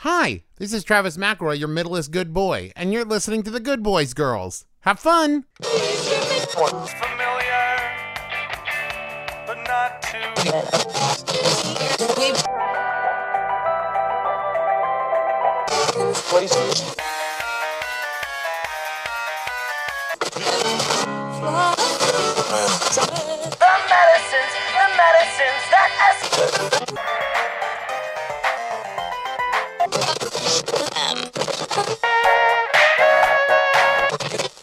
Hi, this is Travis McElroy, your middleest good boy, and you're listening to the Good Boys Girls. Have fun! familiar, but not too. The medicines, the medicines that us.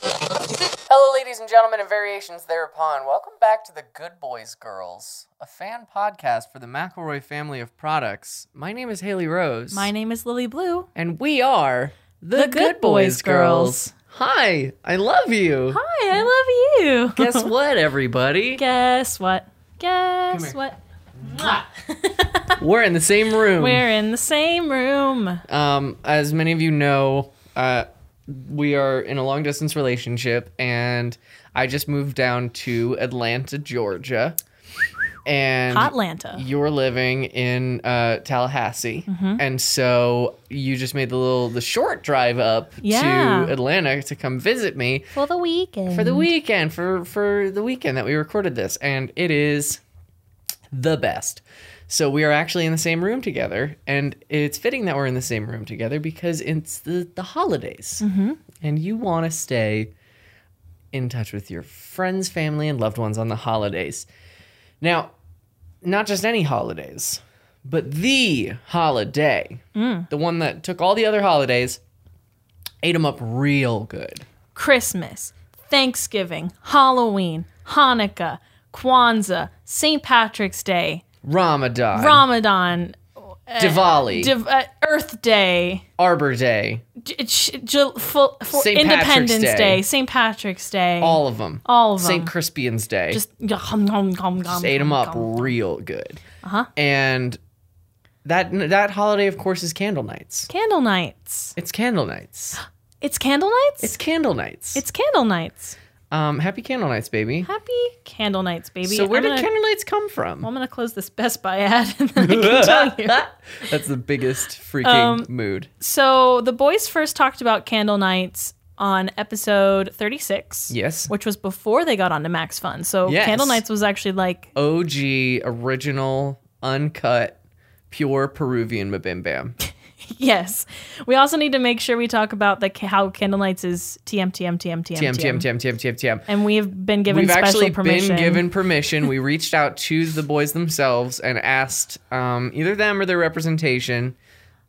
Hello, ladies and gentlemen, and variations thereupon. Welcome back to the Good Boys Girls, a fan podcast for the McElroy family of products. My name is Haley Rose. My name is Lily Blue. and we are the, Good Boys Girls. Hi, I love you. Hi, I love you. Guess what, everybody? Guess what? Come Guess here. what? We're in the same room. We're in the same room. Um, as many of you know, uh, we are in a long distance relationship, and I just moved down to Atlanta, Georgia. And Hotlanta. you're living in uh, Tallahassee, and so you just made the little the short drive up Yeah. to Atlanta to come visit me For the weekend. for the weekend for for the weekend that we recorded this, and it is the best. So we are actually in the same room together, and it's fitting that we're in the same room together because it's the the holidays, and you want to stay in touch with your friends, family, and loved ones on the holidays. Now, not just any holidays, but the holiday, the one that took all the other holidays, ate them up real good. Christmas, Thanksgiving, Halloween, Hanukkah, Kwanzaa, St. Patrick's Day, Ramadan, Ramadan, Diwali, Div- uh, Earth Day, Arbor Day, J- J- J- full- full- St. Patrick's Independence Day. Day, St. Patrick's Day. all of them, All of St. 'em. Crispian's Day, just, just yum, yum, yum, yum, ate them yum, up yum. Uh-huh. real good. Uh huh. And that that holiday, of course, is candle nights. Candle nights. It's candle nights. It's candle nights? It's candle nights. It's candle nights. um happy candle nights, baby. Happy candle nights, baby. So where I'm did gonna, candle nights come from? I'm gonna close this Best Buy ad and then I can tell you. That's the biggest freaking um, mood. So the boys first talked about candle nights on episode 36. Yes. Which was before they got onto Max Fun. So Yes. candle nights was actually like OG original uncut pure Peruvian Mabim Bam. yes. We also need to make sure we talk about the ca- how candle nights is TM TM TM TM TM TM TM TM TM TM. And we have been given We've special actually permission. been given permission. We reached out to the boys themselves and asked um, either them or their representation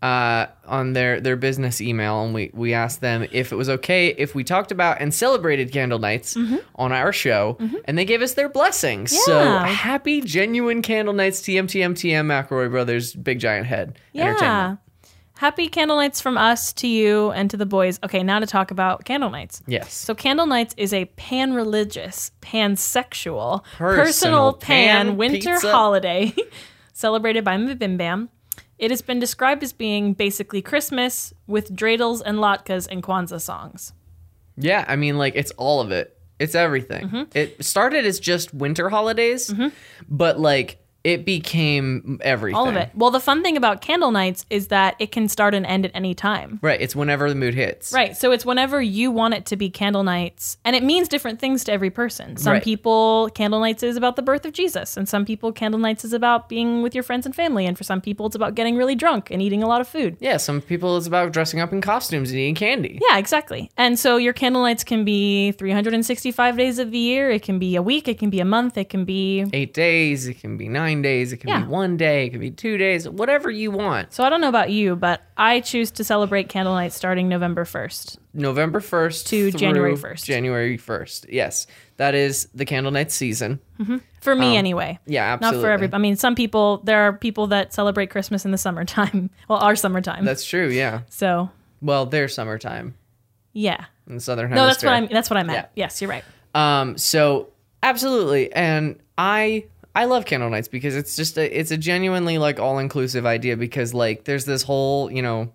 uh, on their, their business email, and we, we asked them if it was okay if we talked about and celebrated candle nights Mm-hmm. on our show, and they gave us their blessings. So Yeah. happy genuine candle nights, TM TM TM McElroy Brothers, Big Giant Head Entertainment. yeah. Happy candle nights from us to you and to the boys. Okay, now to talk about candle nights. Yes. So Candle Nights is a pan-religious, pansexual, Personal personal, pan, pan winter pizza. holiday celebrated by Mbim Bam. It has been described as being basically Christmas with dreidels and latkes and Kwanzaa songs. Yeah, I mean, like it's all of it. It's everything. Mm-hmm. It started as just winter holidays, but like it became everything. All of it. Well, the fun thing about Candle Nights is that it can start and end at any time. Right. It's whenever the mood hits. Right. So it's whenever you want it to be candle nights, and it means different things to every person. Some Right. people, candle nights is about the birth of Jesus, and some people, candle nights is about being with your friends and family, and for some people, it's about getting really drunk and eating a lot of food. Yeah. Some people it's about dressing up in costumes and eating candy. Yeah, exactly. And so your candle nights can be 365 days of the year. It can be a week. It can be a month. It can be. Eight days. It can be nine days. It can Yeah. be one day. It can be two days. Whatever you want. So I don't know about you, but I choose to celebrate candle nights starting November 1st. November first To through January 1st. January first. Yes, that is the candle night season. For me, anyway. Um, Yeah, Not absolutely. for everybody. I mean, some people, there are people that celebrate Christmas in the summertime. Well, our summertime. That's true. Yeah. So Well, their summertime yeah, in the southern no, that's hemisphere. what I'm. That's what I meant. Yeah. Yes, you're right. Um, so absolutely, and I I love candle nights because it's just a, it's a genuinely like all inclusive idea because like there's this whole you know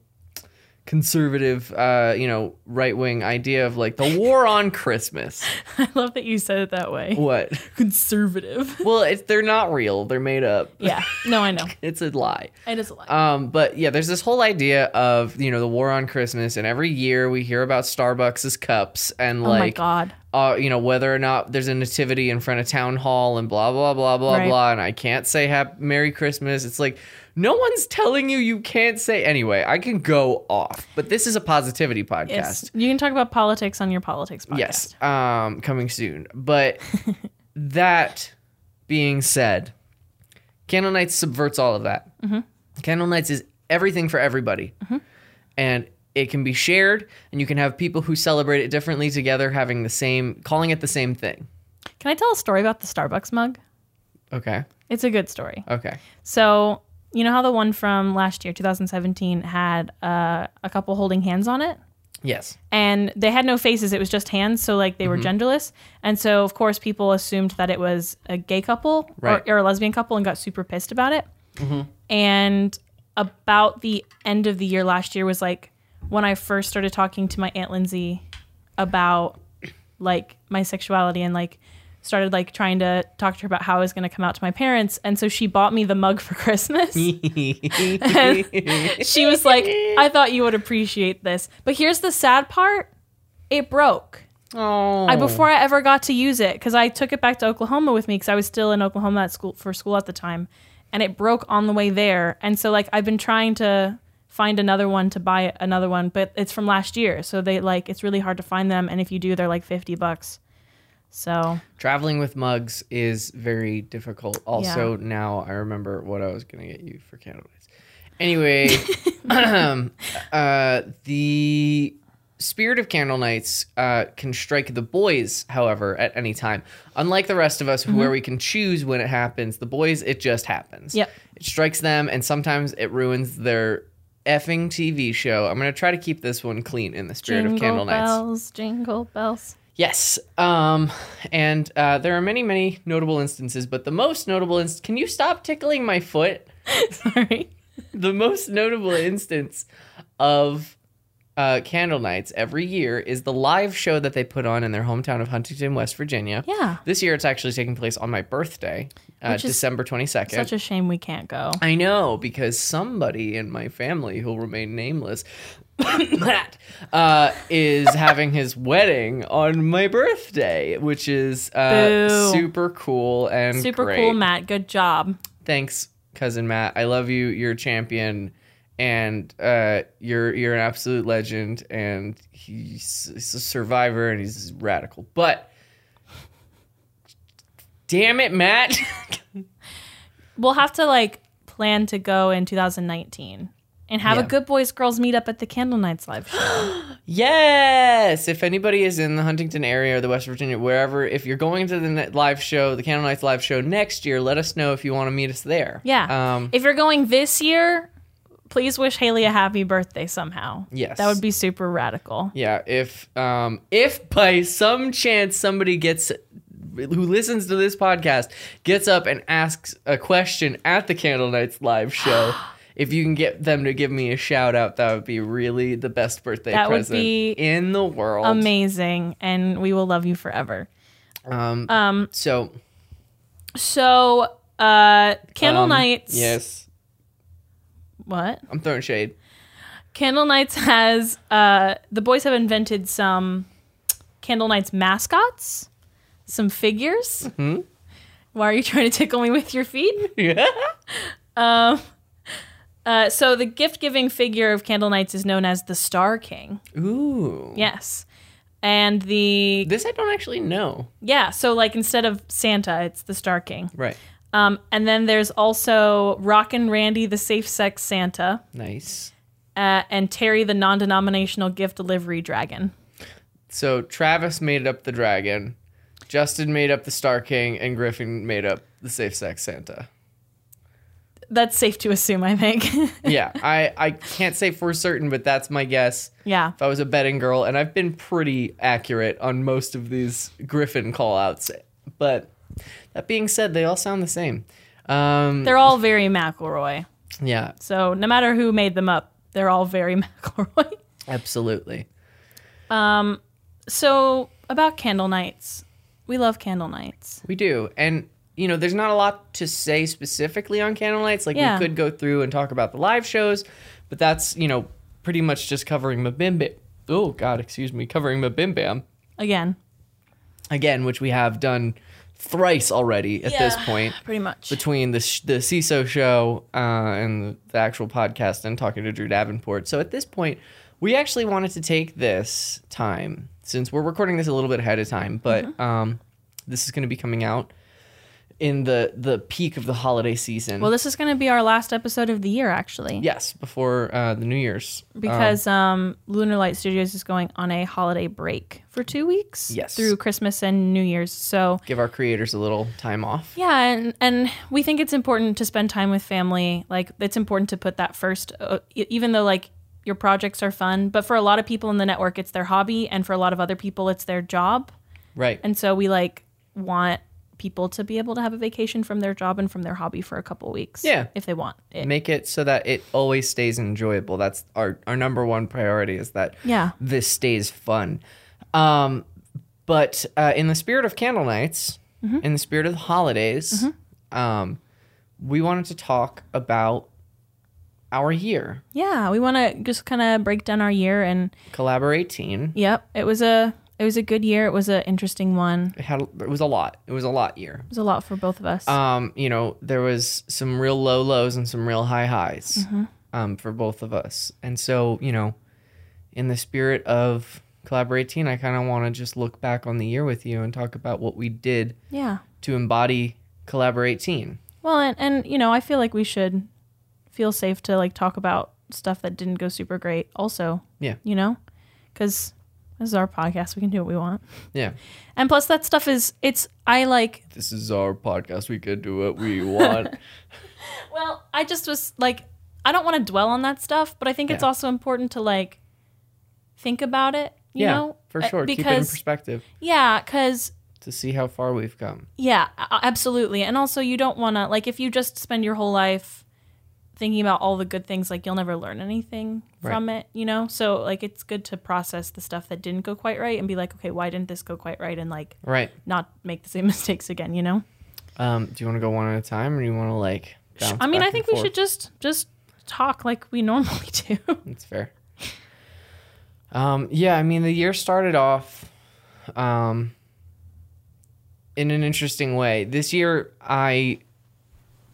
conservative, uh, you know, right wing idea of like the war on Christmas. I love that you said it that way. What? Conservative. Well, it's, they're not real. They're made up. Yeah. No, I know. It's a lie. It is a lie. Um, but yeah, there's this whole idea of you know the war on Christmas, and every year we hear about Starbucks' cups and oh my like god. uh, you know, whether or not there's a nativity in front of town hall and blah blah blah blah Right. blah, and I can't say Happy Merry Christmas. It's like no one's telling you you can't say anyway. I can go off, but this is a positivity podcast. Yes. You can talk about politics on your politics podcast. Yes, um, coming soon. But that being said, Candle Nights subverts all of that. Mm-hmm. Candle Nights is everything for everybody, and it can be shared, and you can have people who celebrate it differently together, having the same, calling it the same thing. Can I tell a story about the Starbucks mug? Okay. It's a good story. Okay. So, you know how the one from last year, 2017, had uh, a couple holding hands on it? Yes. and they had no faces it was just hands so like they were genderless and so of course people assumed that it was a gay couple Right. or, or a lesbian couple and got super pissed about it and about the end of the year last year was like when i first started talking to my aunt lindsay about like my sexuality and like started like trying to talk to her about how i was going to come out to my parents and so she bought me the mug for christmas she was like, I thought you would appreciate this. But here's the sad part it broke. oh. I, before I ever got to use it, because I took it back to Oklahoma with me because I was still in Oklahoma at school for school at the time, and it broke on the way there. And so, like, I've been trying to find another one to buy another one, but it's from last year, so they like it's really hard to find them. And if you do, they're like fifty bucks. So Traveling with mugs is very difficult. Also, now I remember what I was going to get you for Canada Nights. Anyway, uh, the spirit of Candle Nights uh, can strike the boys, however, at any time. Unlike the rest of us, Mm-hmm. where we can choose when it happens, the boys, it just happens. Yep. It strikes them, and sometimes it ruins their effing TV show. I'm going to try to keep this one clean in the spirit of Candle jingle Nights. bells, jingle bells. Yes. Um, and uh, there are many, many notable instances, but the most notable instance. Can you stop tickling my foot? Sorry. The most notable instance of uh, Candle Nights every year is the live show that they put on in their hometown of Huntington, West Virginia. Yeah. This year it's actually taking place on my birthday, uh, Which is December 22nd. Such a shame we can't go. I know because somebody in my family who'll remain nameless Matt uh, is having his wedding on my birthday, which is uh, Boo. super cool and Super great. cool, Matt. Good job. Thanks, cousin Matt. I love you. You're a champion, and uh, you're you're an absolute legend. And he's, he's a survivor, and he's radical. But damn it, Matt. We'll have to like plan to go in 2019 and have Yeah. a good boys girls meet up at the Candle Nights live show. Yes, if anybody is in the Huntington area or the West Virginia, wherever, if you're going to the ne- live show, the Candle Nights live show next year, let us know if you want to meet us there. Yeah. Um, if you're going this year, please wish Haley a happy birthday somehow. Yes. That would be super radical. yeah. If um, if by some chance somebody gets who listens to this podcast gets up and asks a question at the Candle Nights live show, if you can get them to give me a shout out, that would be really the best birthday That would present be in the world. Amazing. And we will love you forever. Um, Um, so so uh Candle um, Nights. Yes, What? I'm throwing shade. Candle Nights has uh the boys have invented some Candle Nights mascots, some figures. Mm-hmm. Why are you trying to tickle me with your feet? Uh, so the gift giving figure of Candle Knights is known as the Star King. Ooh. Yes. And the This I don't actually know. yeah, so like instead of Santa, it's the Star King. Right. Um, and then there's also Rockin' Randy, the safe sex Santa, Nice. uh, and Terry, the non-denominational gift delivery dragon. So Travis made up the dragon, Justin made up the Star King, and Griffin made up the safe sex Santa. That's safe to assume, I think. Yeah, I, I can't say for certain, but that's my guess. yeah, If I was a betting girl, and I've been pretty accurate on most of these Griffin call outs. But that being said, they all sound the same. Um, they're all very McElroy. yeah, So no matter who made them up, they're all very McElroy. Absolutely. So about candle nights, we love candle nights. We do. And, you know, there's not a lot to say specifically on Candle Nights. Like, Yeah. we could go through and talk about the live shows, but that's, you know, pretty much just covering Mabim Oh, God, excuse me. Covering Mabim Bam Again, again, which we have done thrice already at this point. pretty much. Between the sh- the CISO show uh, and the actual podcast and talking to Drew Davenport, so at this point, we actually wanted to take this time since we're recording this a little bit ahead of time, but um, this is going to be coming out in the the peak of the holiday season. well, this is going to be our last episode of the year, actually, yes, before uh, the New Year's. because um, Lunar Light Studios is going on a holiday break for two weeks, Yes. through Christmas and New Year's. So Give our creators a little time off. yeah, and and we think it's important to spend time with family. Like it's important to put that first, uh, e- even though like your projects are fun, but for a lot of people in the network, it's their hobby, and for a lot of other people, it's their job. Right. And so we like want people to be able to have a vacation from their job and from their hobby for a couple weeks. Yeah. If they want it. make it so that it always stays enjoyable that's our our number one priority is that Yeah. this stays fun um but uh in the spirit of candle nights in the spirit of the holidays um we wanted to talk about our year Yeah. We want to just kind of break down our year and collaborate team yep, it was a it was a good year. It was an interesting one. it had it was a lot it was a lot year It was a lot for both of us. um you know there was some real low lows and some real high highs Mm-hmm. um for both of us and so you know in the spirit of collaborating i kind of want to just look back on the year with you and talk about what we did yeah. to embody collaborating Well, and and you know, I feel like we should feel safe to like talk about stuff that didn't go super great also. Yeah. You know? Cuz this is our podcast. We can do what we want. yeah And plus that stuff is it's I like this is our podcast we could do what we want Well, I just was like, I don't want to dwell on that stuff, but I think it's Yeah. also important to like think about it. You yeah know, for Uh, sure keep it in Because perspective yeah, because to see how far we've come yeah, a- absolutely. And also, you don't want to like if you just spend your whole life thinking about all the good things, like you'll never learn anything Right. from it. You know, so like it's good to process the stuff that didn't go quite right and be like, okay, why didn't this go quite right? And like right not make the same mistakes again. You know. um do you want to go one at a time or do you want to like bounce I mean, back I and think we forth? should just just talk like we normally do. That's fair. Um, yeah, I mean, the year started off um, in an interesting way. This year, I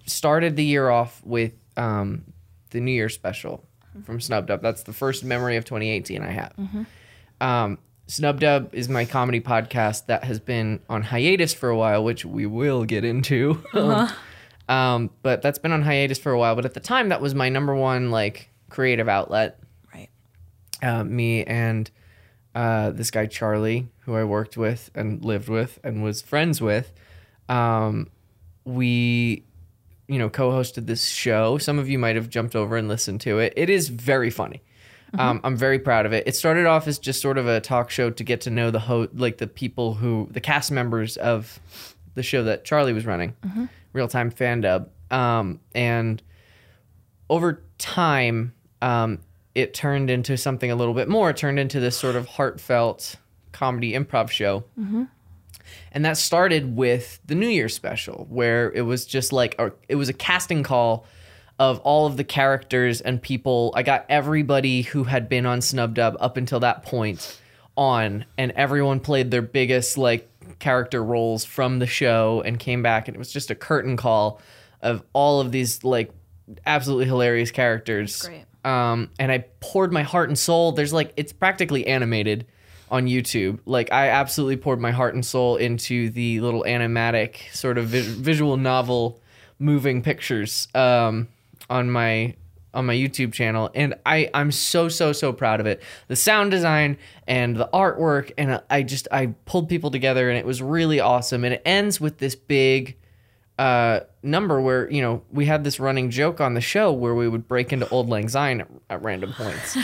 started the year off with um, the New Year special from Snub Dub. That's the first memory of 2018 I have. Um, Snub Dub is my comedy podcast that has been on hiatus for a while, which we will get into. um, but that's been on hiatus for a while. But at the time, that was my number one like creative outlet right. uh, me and uh, this guy Charlie, who I worked with and lived with and was friends with, um, we, you know, co-hosted this show. Some of you might have jumped over and listened to it. It is very funny. Um, I'm very proud of it. It started off as just sort of a talk show to get to know the ho- like the people who the cast members of the show that Charlie was running, real time fan dub, um, and over time, um, it turned into something a little bit more. It turned into this sort of heartfelt comedy improv show. And that started with the New Year special, where it was just like a, it was a casting call of all of the characters and people. I got everybody who had been on Snub Dub up until that point on, and everyone played their biggest like character roles from the show and came back, and it was just a curtain call of all of these like absolutely hilarious characters. Great. Um, and I poured my heart and soul. There's like it's practically animated on YouTube. Like I absolutely poured my heart and soul into the little animatic sort of vi- visual novel moving pictures um, on my on my YouTube channel and I I'm so so so proud of it. The sound design and the artwork and I just I pulled people together and it was really awesome and it ends with this big uh, number where you know we had this running joke on the show where we would break into old lang syne at, at random points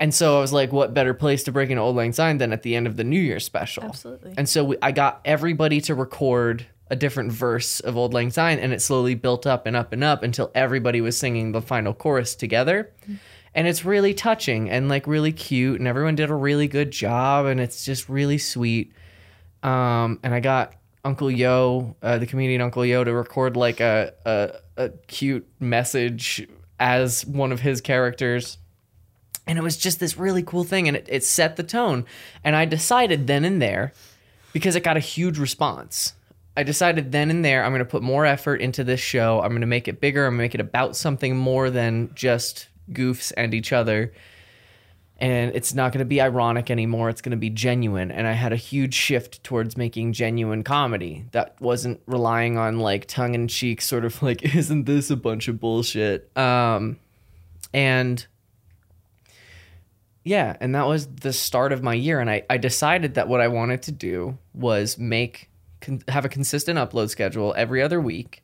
and so i was like what better place to break into old lang syne than at the end of the new year special Absolutely. and so we, i got everybody to record a different verse of old lang syne and it slowly built up and up and up until everybody was singing the final chorus together and it's really touching and like really cute and everyone did a really good job and it's just really sweet um, and I got Uncle Yo, uh, the comedian Uncle Yo, to record like a, a a cute message as one of his characters, and it was just this really cool thing, and it, it set the tone. And I decided then and there, because it got a huge response. I decided then and there I'm going to put more effort into this show. I'm going to make it bigger. I'm going to make it about something more than just goofs and each other and it's not going to be ironic anymore it's going to be genuine and i had a huge shift towards making genuine comedy that wasn't relying on like tongue-in-cheek sort of like isn't this a bunch of bullshit um and yeah and that was the start of my year and i, I decided that what i wanted to do was make con- have a consistent upload schedule every other week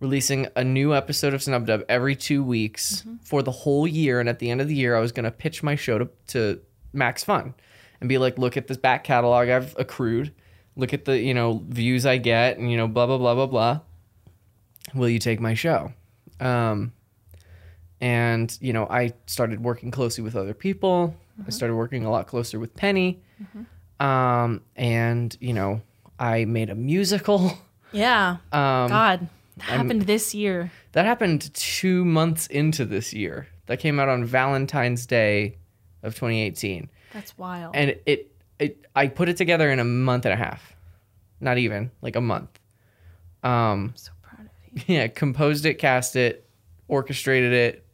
releasing a new episode of Snub Dub every two weeks for the whole year. And at the end of the year, I was going to pitch my show to, to Max Fun and be like, look at this back catalog I've accrued. Look at the, you know, views I get and, you know, blah, blah, blah, blah, blah. Will you take my show? Um, and, you know, I started working closely with other people. I started working a lot closer with Penny. Um, and, you know, I made a musical. Yeah. Um, God, that happened this year. That happened two months into this year. That came out on Valentine's Day of 2018, That's wild. and it it I put it together in a month and a half, not even like a month. Um, I'm so proud of you. yeah, composed it, cast it, orchestrated it,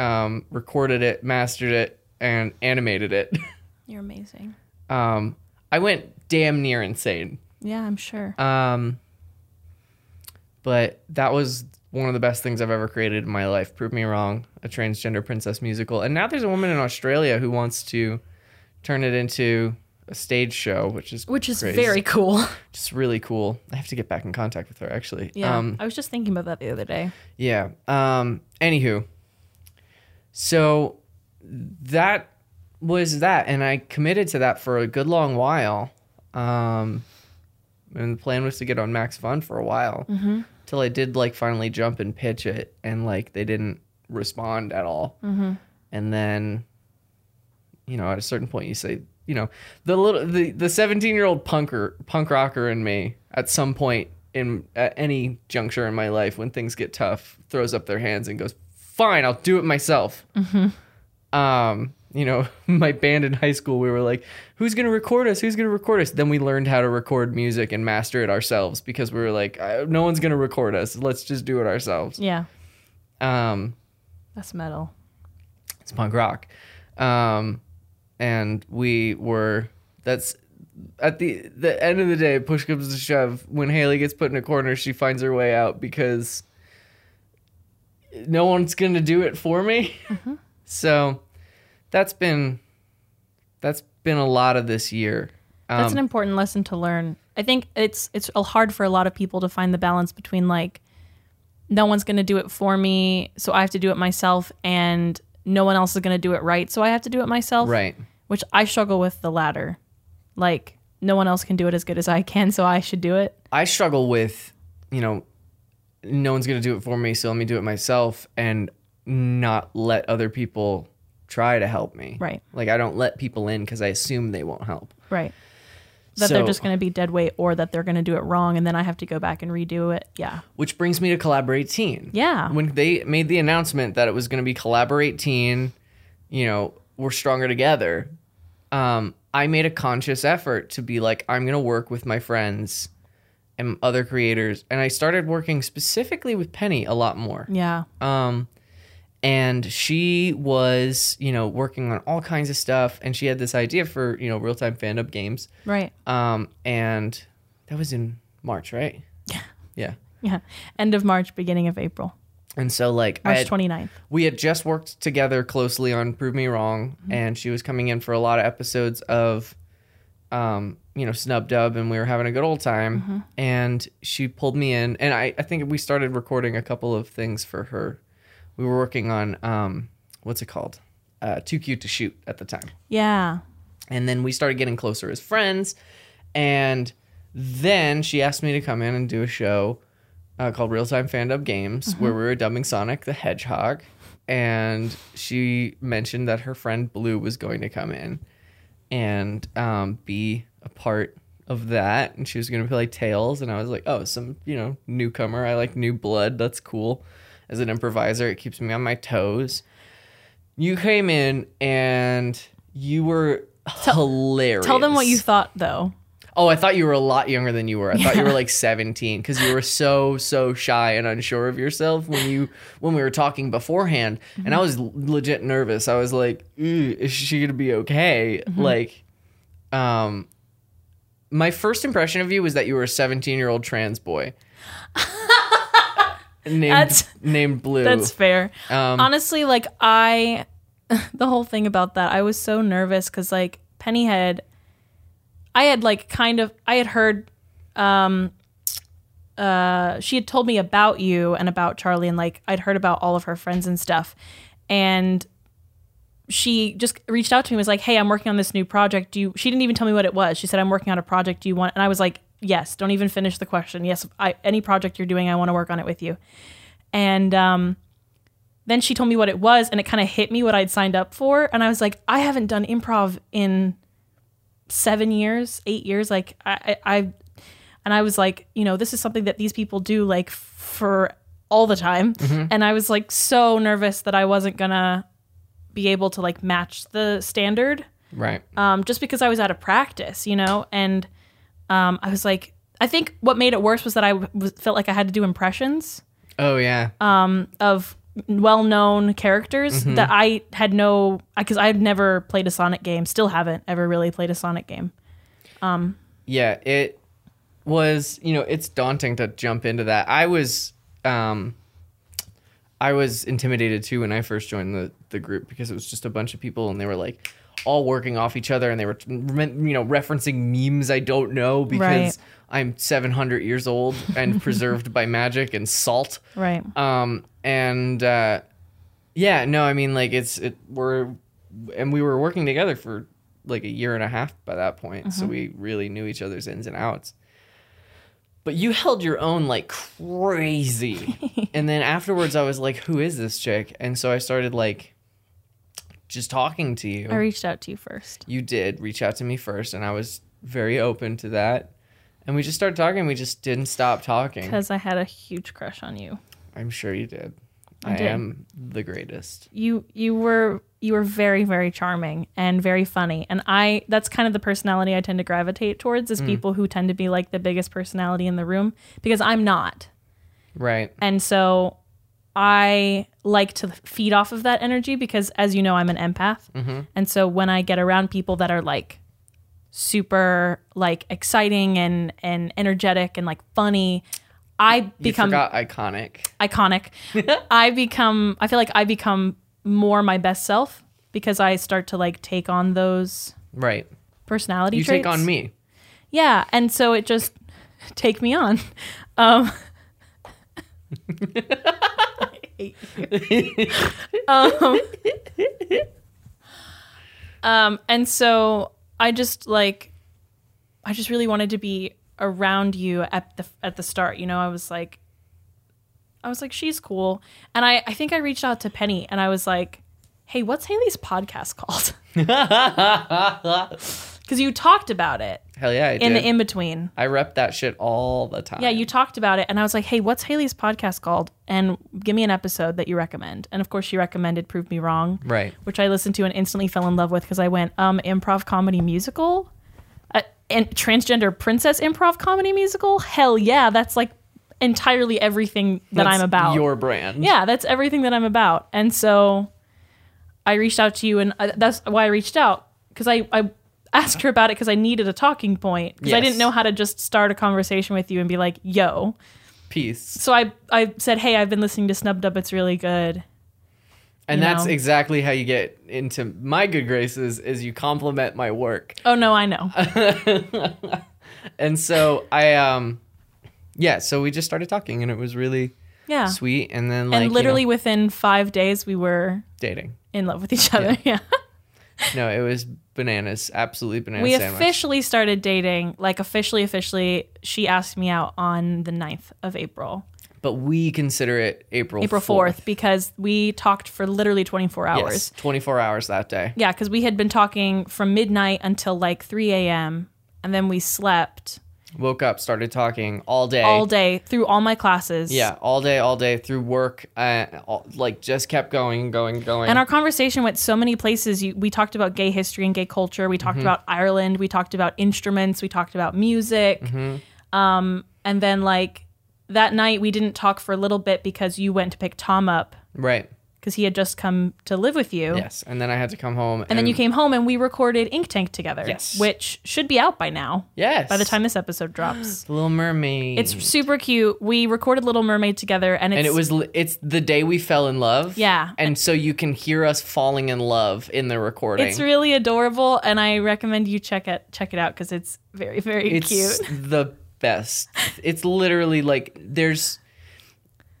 um, recorded it, mastered it, and animated it. You're amazing. um, I went damn near insane. Yeah, I'm sure. Um, but that was one of the best things I've ever created in my life. Prove me wrong, a transgender princess musical. And now there's a woman in Australia who wants to turn it into a stage show, which is Which is crazy. very cool. just really cool. I have to get back in contact with her actually. Yeah. Um, I was just thinking about that the other day. yeah. Um. Anywho, so that was that, and I committed to that for a good long while. Um, and the plan was to get on Max Fun for a while, mm till I did like finally jump and pitch it, and like they didn't respond at all. And then, you know, at a certain point, you say, you know, the little the the seventeen year old punker punk rocker in me at some point in at any juncture in my life when things get tough throws up their hands and goes, "Fine, I'll do it myself." Um, you know, my band in high school, we were like, "Who's gonna record us? Who's gonna record us?" Then we learned how to record music and master it ourselves because we were like, "Uh, "No one's gonna record us. Let's just do it ourselves." Yeah, Um, that's metal. it's punk rock um and we were that's at the the end of the day push comes to shove when haley gets put in a corner she finds her way out because no one's gonna do it for me so that's been that's been a lot of this year um, That's an important lesson to learn. I think it's it's a- hard for a lot of people to find the balance between like no one's going to do it for me, so I have to do it myself and no one else is going to do it right, so I have to do it myself. right Which I struggle with the latter. Like no one else can do it as good as I can, so I should do it. I struggle with, you know, no one's gonna do it for me, so let me do it myself and not let other people try to help me. Right. Like I don't let people in because I assume they won't help. Right. That they're So- just going to be dead weight or that they're going to do it wrong and then I have to go back and redo it. Yeah. Which brings me to Collaborate Teen. Yeah. When they made the announcement that it was gonna be Collaborate Teen, you know, we're stronger together. Um, I made a conscious effort to be like, I'm gonna work with my friends and other creators, and I started working specifically with Penny a lot more. Yeah. Um, and she was, you know, working on all kinds of stuff, and she had this idea for, you know, real time fan up games. Right. Um, and that was in March, right? Yeah. Yeah. Yeah. End of March, beginning of April. And so, like, I March had- 29th. we had just worked together closely on Prove Me Wrong, and she was coming in for a lot of episodes of, um, you know, Snub Dub, and we were having a good old time. And she pulled me in, and I, I think we started recording a couple of things for her. We were working on, um, what's it called? Uh, Too Cute to Shoot at the time. Yeah. And then we started getting closer as friends. And then she asked me to come in and do a show uh, called Real Time Fandub Games, where we were dubbing Sonic the Hedgehog. and she mentioned that her friend Blue was going to come in and um, be a part of that, and she was going to play Tails, and I was like, oh, some you know newcomer. I like new blood. That's cool. As an improviser, it keeps me on my toes. You came in and you were hilarious. Tell them what you thought, though. Oh, I thought you were a lot younger than you were. I thought you were like 17 because you were so so shy and unsure of yourself when you when we were talking beforehand, and I Mm-hmm. was l- legit nervous. I was like, "Ooh, "Is she gonna be okay?" Mm-hmm. Like, um, my first impression of you was that you were a 17 year old trans boy named That's- named Blue. That's fair. um, Honestly, like I, the whole thing about that, I was so nervous because like Penny had, I had like kind of, I had heard, um, uh, she had told me about you and about Charlie and like I'd heard about all of her friends and stuff, and she just reached out to me and was like, "Hey, I'm working on this new project. Do you?" She didn't even tell me what it was. She said, "I'm working on a project. Do you want?" And I was like, "Yes." Don't even finish the question. Yes, I, any project you're doing, I want to work on it with you. And um, then she told me what it was, and it kind of hit me what I'd signed up for. And I was like, I haven't done improv in seven years, eight years. Like I, I, I and I was like, you know, this is something that these people do like for all the time. And I was like so nervous that I wasn't gonna be able to like match the standard right. um, just because I was out of practice, you know, and um, I was like, I think what made it worse was that I w- was, felt like I had to do impressions Oh yeah. of well-known characters that I had no, because I had never played a Sonic game, still haven't ever really played a Sonic game. yeah it was you know it's daunting to jump into that i was um i was intimidated too when i first joined the the group because it was just a bunch of people and they were like all working off each other and they were you know referencing memes i don't know because Right. i'm 700 years old and preserved by magic and salt Right. um and uh yeah no i mean like it's it we're and we were working together for like a year and a half by that point so we really knew each other's ins and outs but you held your own like crazy and then afterwards i was like who is this chick and so i started like just talking to you I reached out to you first. you did reach out to me first and i was very open to that and we just started talking we just didn't stop talking Because I had a huge crush on you. I'm sure you did. I, I did. am the greatest. You you were you were very very charming and very funny, and I that's kind of the personality I tend to gravitate towards is people who tend to be like the biggest personality in the room because I'm not, Right. and so I like to feed off of that energy because as you know I'm an empath, Mm-hmm. and so when I get around people that are like super like exciting and and energetic and like funny. I You become forgot iconic. iconic. I become I feel like I become more my best self because I start to like take on those Right. personality You traits. take on me. Yeah, and so it just take me on. Um I hate you. um, um, and so I just like I just really wanted to be around you at the at the start. You know, I was like I was like, she's cool. And I, I think I reached out to Penny and I was like, hey, what's Haley's podcast called? Because you talked about it Hell yeah, I did. in the in between. I rep that shit all the time. Yeah, you talked about it, and I was like, "Hey, what's Haley's podcast called?" And give me an episode that you recommend. And of course, she recommended "Prove Me Wrong," Right. which I listened to and instantly fell in love with because I went, "Um, improv comedy musical, uh, and transgender princess improv comedy musical? Hell yeah, that's like entirely everything that That's I'm about." Your brand. yeah, that's everything that I'm about. And so I reached out to you, and I, that's why I reached out because I, I asked her about it because I needed a talking point because I Yes. didn't know how to just start a conversation with you and be like, yo. Peace. So I, I said, hey, I've been listening to Snub Dub. It's really good. And you that's know. exactly how you get into my good graces is you compliment my work. Oh, no, I know. And so I um yeah, so we just started talking and it was really Yeah. sweet and then like and you know, literally within five days, we were dating. in love with each other. Yeah. No, it was bananas, absolutely bananas we sandwich. officially started dating, like officially, officially. She asked me out on the 9th of April. but we consider it April April 4th, because we talked for literally 24 hours. Yes, 24 hours that day. Yeah, because we had been talking from midnight until like 3 a.m. and then we slept Woke up, started talking all day. all day through all my classes. Yeah, all day, all day through work. Uh, all, like just kept going, going, going. And our conversation went so many places. You, we talked about gay history and gay culture. We Mm-hmm. talked about Ireland. We talked about instruments. We talked about music. Um, Mm-hmm. and then, like, that night we didn't talk for a little bit because you went to pick Tom up right. because he had just come to live with you. Yes. And then I had to come home. And then you came home and we recorded Ink Tank together, Yes. which should be out by now Yes. by the time this episode drops. The Little Mermaid. it's super cute. We recorded Little Mermaid together and it's, and it was li- it's the day we fell in love. Yeah. And so you can hear us falling in love in the recording. it's really adorable and I recommend you check it check it out because it's very, very it's cute. the best. It's literally like there's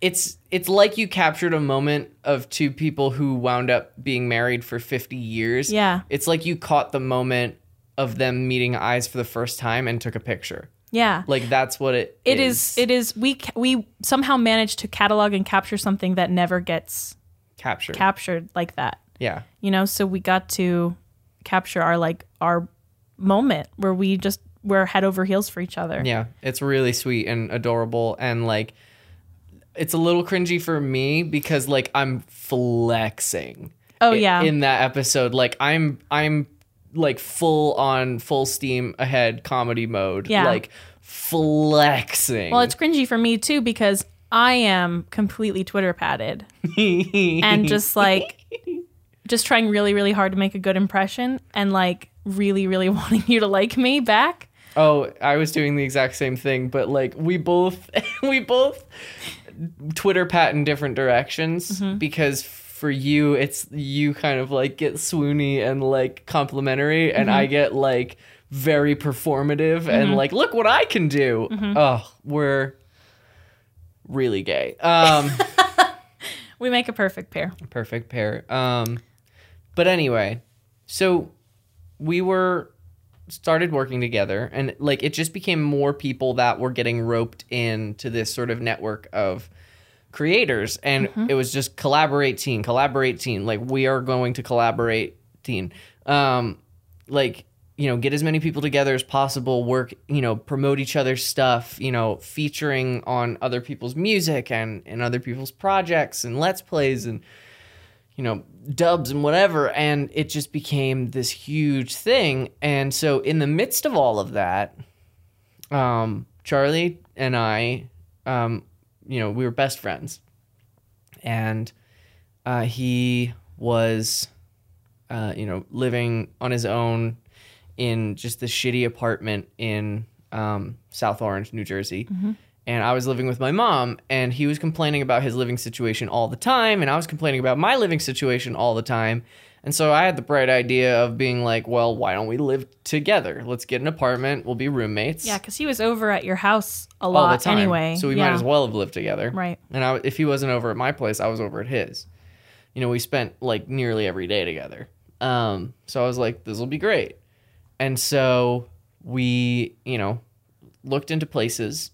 it's it's like you captured a moment of two people who wound up being married for 50 years. Yeah. It's like you caught the moment of them meeting eyes for the first time and took a picture. Yeah. Like that's what it it is. it is we ca- we somehow managed to catalog and capture something that never gets captured. captured like that. yeah. You know, so we got to capture our like our moment where we just were head over heels for each other. Yeah, it's really sweet and adorable and like it's a little cringy for me because like I'm flexing. Oh, i- yeah. In that episode like I'm I'm like full on full steam ahead comedy mode. Yeah. Like flexing. Well, it's cringy for me too because I am completely Twitter padded and just like just trying really really hard to make a good impression and like really really wanting you to like me back. Oh, I was doing the exact same thing, but like we both we both Twitter pat in different directions Mm-hmm. because for you it's you kind of like get swoony and like complimentary Mm-hmm. and I get like very performative and like look what I can do. Mm-hmm. Oh, we're really gay. Um We make a perfect pair. perfect pair. Um, but anyway, so we were started working together, and like it just became more people that were getting roped into this sort of network of creators, and it was just collaborate team, collaborate team. Like we are going to collaborate team. Um, like you know get as many people together as possible work you know promote each other's stuff you know featuring on other people's music and and other people's projects and let's plays and you know, dubs and whatever. And it just became this huge thing. And so, in the midst of all of that, um, Charlie and I, um, you know, we were best friends. And uh, he was, uh, you know, living on his own in just this shitty apartment in um, South Orange, New Jersey. And I was living with my mom, and he was complaining about his living situation all the time. And I was complaining about my living situation all the time. And so I had the bright idea of being like, well, why don't we live together? Let's get an apartment. We'll be roommates Yeah, cuz he was over at your house a all lot the time. anyway. So we yeah. might as well have lived together. Right. And I, if he wasn't over at my place, I was over at his. You know, we spent like nearly every day together. Um, so I was like, this will be great. And so we, you know, looked into places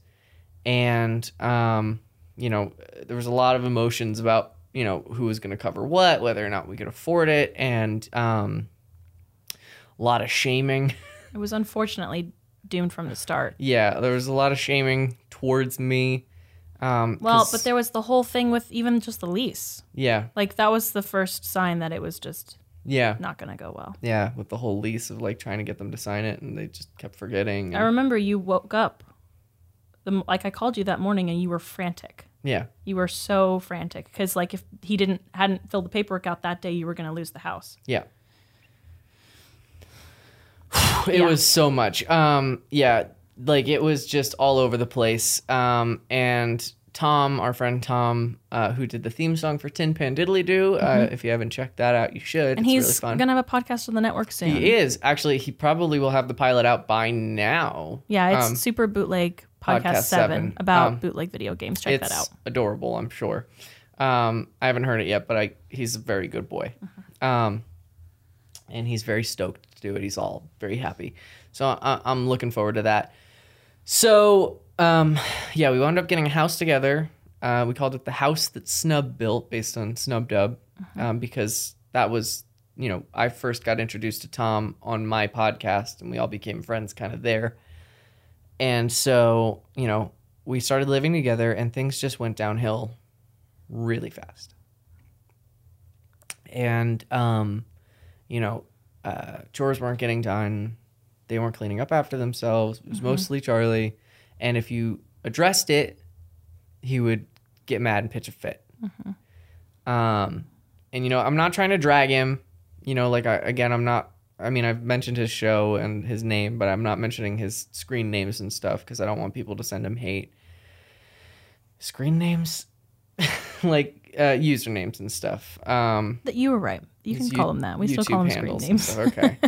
and, um, you know, there was a lot of emotions about, you know, who was going to cover what, whether or not we could afford it, and um, a lot of shaming. It was unfortunately doomed from the start. yeah, there was a lot of shaming towards me. Um, Well, 'cause- but there was the whole thing with even just the lease. Yeah, Like that was the first sign that it was just yeah, not going to go well. yeah. With the whole lease of like trying to get them to sign it, and they just kept forgetting. I and- remember you woke up, the, m- like I called you that morning, and you were frantic. yeah, You were so frantic because, like, if he didn't hadn't filled the paperwork out that day, you were going to lose the house. yeah. it Yeah. was so much. Um, yeah, like it was just all over the place. Um, and Tom, our friend Tom, uh, who did the theme song for Tin Pan Diddly Doo, uh, if you haven't checked that out, you should. Mm-hmm. it's And really he's fun. going to have a podcast on the network soon. He is actually. He probably will have the pilot out by now. Yeah, it's Um, Super Bootleg Podcast, Podcast 7, Seven. about Um, bootleg video games. Check that out. adorable, I'm sure. Um, I haven't heard it yet, but I he's a very good boy. Um, and he's very stoked to do it. He's all very happy. So I, I'm looking forward to that. So um, yeah, we wound up getting a house together Uh, we called it the house that Snub built, based on Snub Dub, Mm-hmm. um, because that was, you know, I first got introduced to Tom on my podcast, and we all became friends kind of there. And so, you know, we started living together, and things just went downhill really fast. And, um, you know, uh, chores weren't getting done. They weren't cleaning up after themselves. It was mostly Charlie. And if you addressed it, he would get mad and pitch a fit. Um, and you know, I'm not trying to drag him. You know, like I, again, I'm not. I mean, I've mentioned his show and his name, but I'm not mentioning his screen names and stuff because I don't want people to send him hate. Screen names, like uh, usernames and stuff. Um, That you were right. You can his call Yo- them that. We still YouTube call them screen handles and names. stuff. Okay.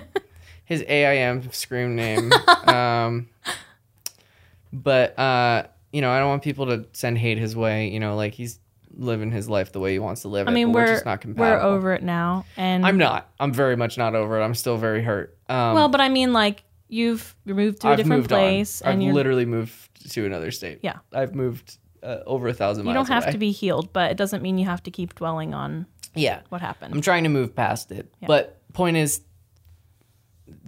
His AIM scream name. um, but uh, you know, I don't want people to send hate his way. You know, like he's living his life the way he wants to live I it. mean, but we're, we're just not we're compatible. over it now, and I'm not. I'm very much not over it. I'm still very hurt. Um, Mm-hmm. well, but I mean, like you've you're moved to a I've different moved place, on. and I've you're, literally moved to another state. Yeah. I've moved uh, over a thousand you miles. don't have away. to be healed, but it doesn't mean you have to keep dwelling on Yeah. what I'm happened. trying to move past it. But point is,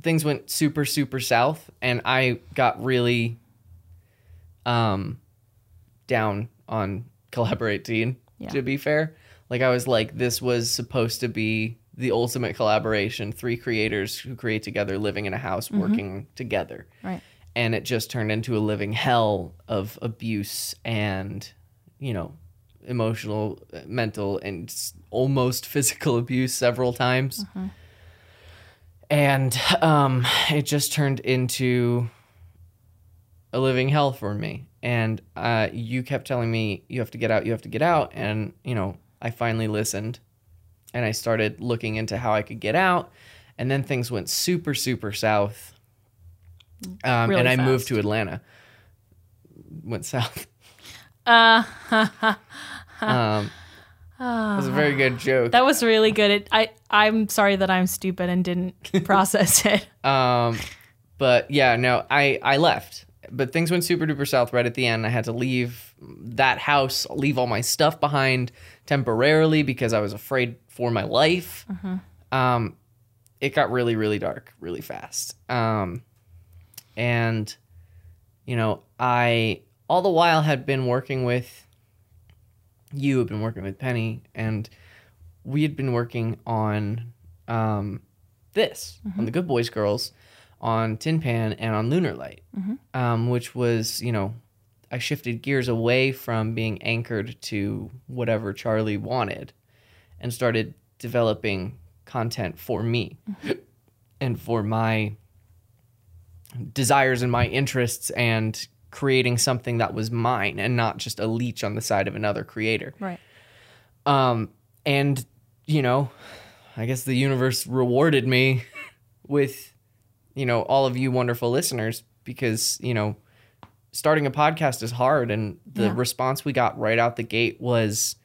things went super super south, and I got really um down on collaborate teen. Yeah. To be fair, like I was like, this was supposed to be the ultimate collaboration: three creators who create together, living in a house, working together right. and it just turned into a living hell of abuse and you know emotional uh, mental and s- almost physical abuse several times and um it just turned into a living hell for me and uh you kept telling me you have to get out you have to get out and you know i finally listened and i started looking into how i could get out and then things went super super south um, Really and i moved fast. to atlanta went south Uh, um, it was a very good joke that was really good. It, I I'm sorry that I'm stupid and didn't process it. Um, but yeah, no, I I left. But things went super duper south right at the end. I had to leave that house, leave all my stuff behind temporarily because I was afraid for my life. Um, it got really really dark really fast. Um, and you know, I all the while had been working with you, had been working with Penny, and we had been working on um, this on the Good Boys Girls, on Tin Pan, and on Lunar Light, um, which was you know I shifted gears away from being anchored to whatever Charlie wanted, and started developing content for me and for my desires and my interests and creating something that was mine and not just a leech on the side of another creator Right. um, and you know, I guess the universe rewarded me with, you know, all of you wonderful listeners because you know, starting a podcast is hard, and the Yeah. response we got right out the gate was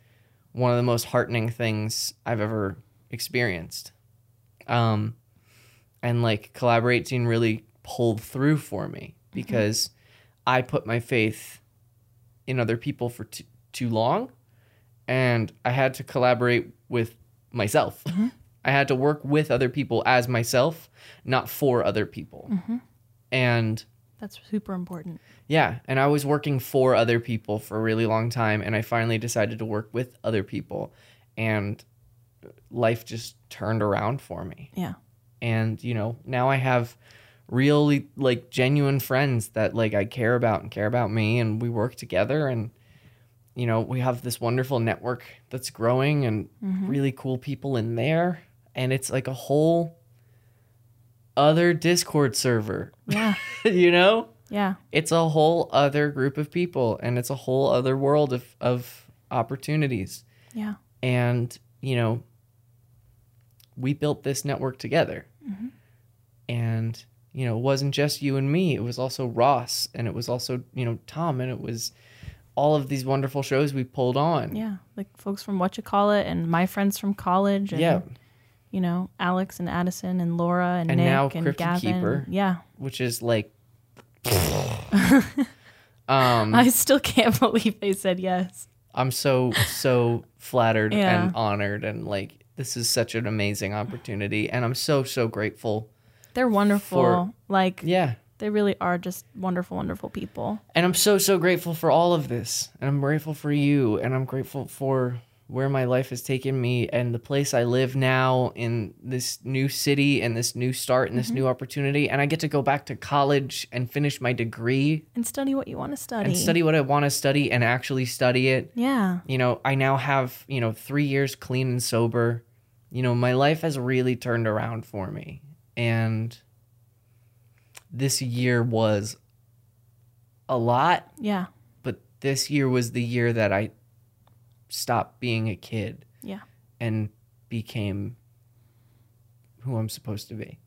one of the most heartening things I've ever experienced. Um, and like collaborate scene really pulled through for me because I put my faith in other people for too, too long and I had to collaborate with myself. I had to work with other people as myself, not for other people. And That's super important. yeah, and I was working for other people for a really long time, and I finally decided to work with other people, and life just turned around for me. Yeah. And you know, now I have really like genuine friends that like I care about and care about me, and we work together, and you know, we have this wonderful network that's growing, and really cool people in there, and it's like a whole other Discord server, Yeah. you know Yeah. it's a whole other group of people and it's a whole other world of, of opportunities Yeah. and you know we built this network together Mm-hmm. and you know it wasn't just you and me it was also ross and it was also you know tom and it was all of these wonderful shows we pulled on Yeah. Like folks from what you call it, and my friends from college, and Yeah. you know Alex and Addison and Laura and, And Nick now and Cryptid Gavin. Keeper. Yeah. which is like um Mm. I still can't believe they said yes. I'm so so flattered Yeah. and honored and like this is such an amazing opportunity and I'm so so grateful. They're wonderful. For- like Yeah. they really are just wonderful, wonderful people. And I'm so so grateful for all of this. And I'm grateful for you and I'm grateful for where my life has taken me and the place I live now in this new city and this new start and this new opportunity and I get to go back to college and finish my degree And study what you want to study. and study what I want to study and actually study it. Yeah. you know i now have you know three years clean and sober you know my life has really turned around for me and this year was a lot Yeah. but this year was the year that i stopped being a kid Yeah. and became who i'm supposed to be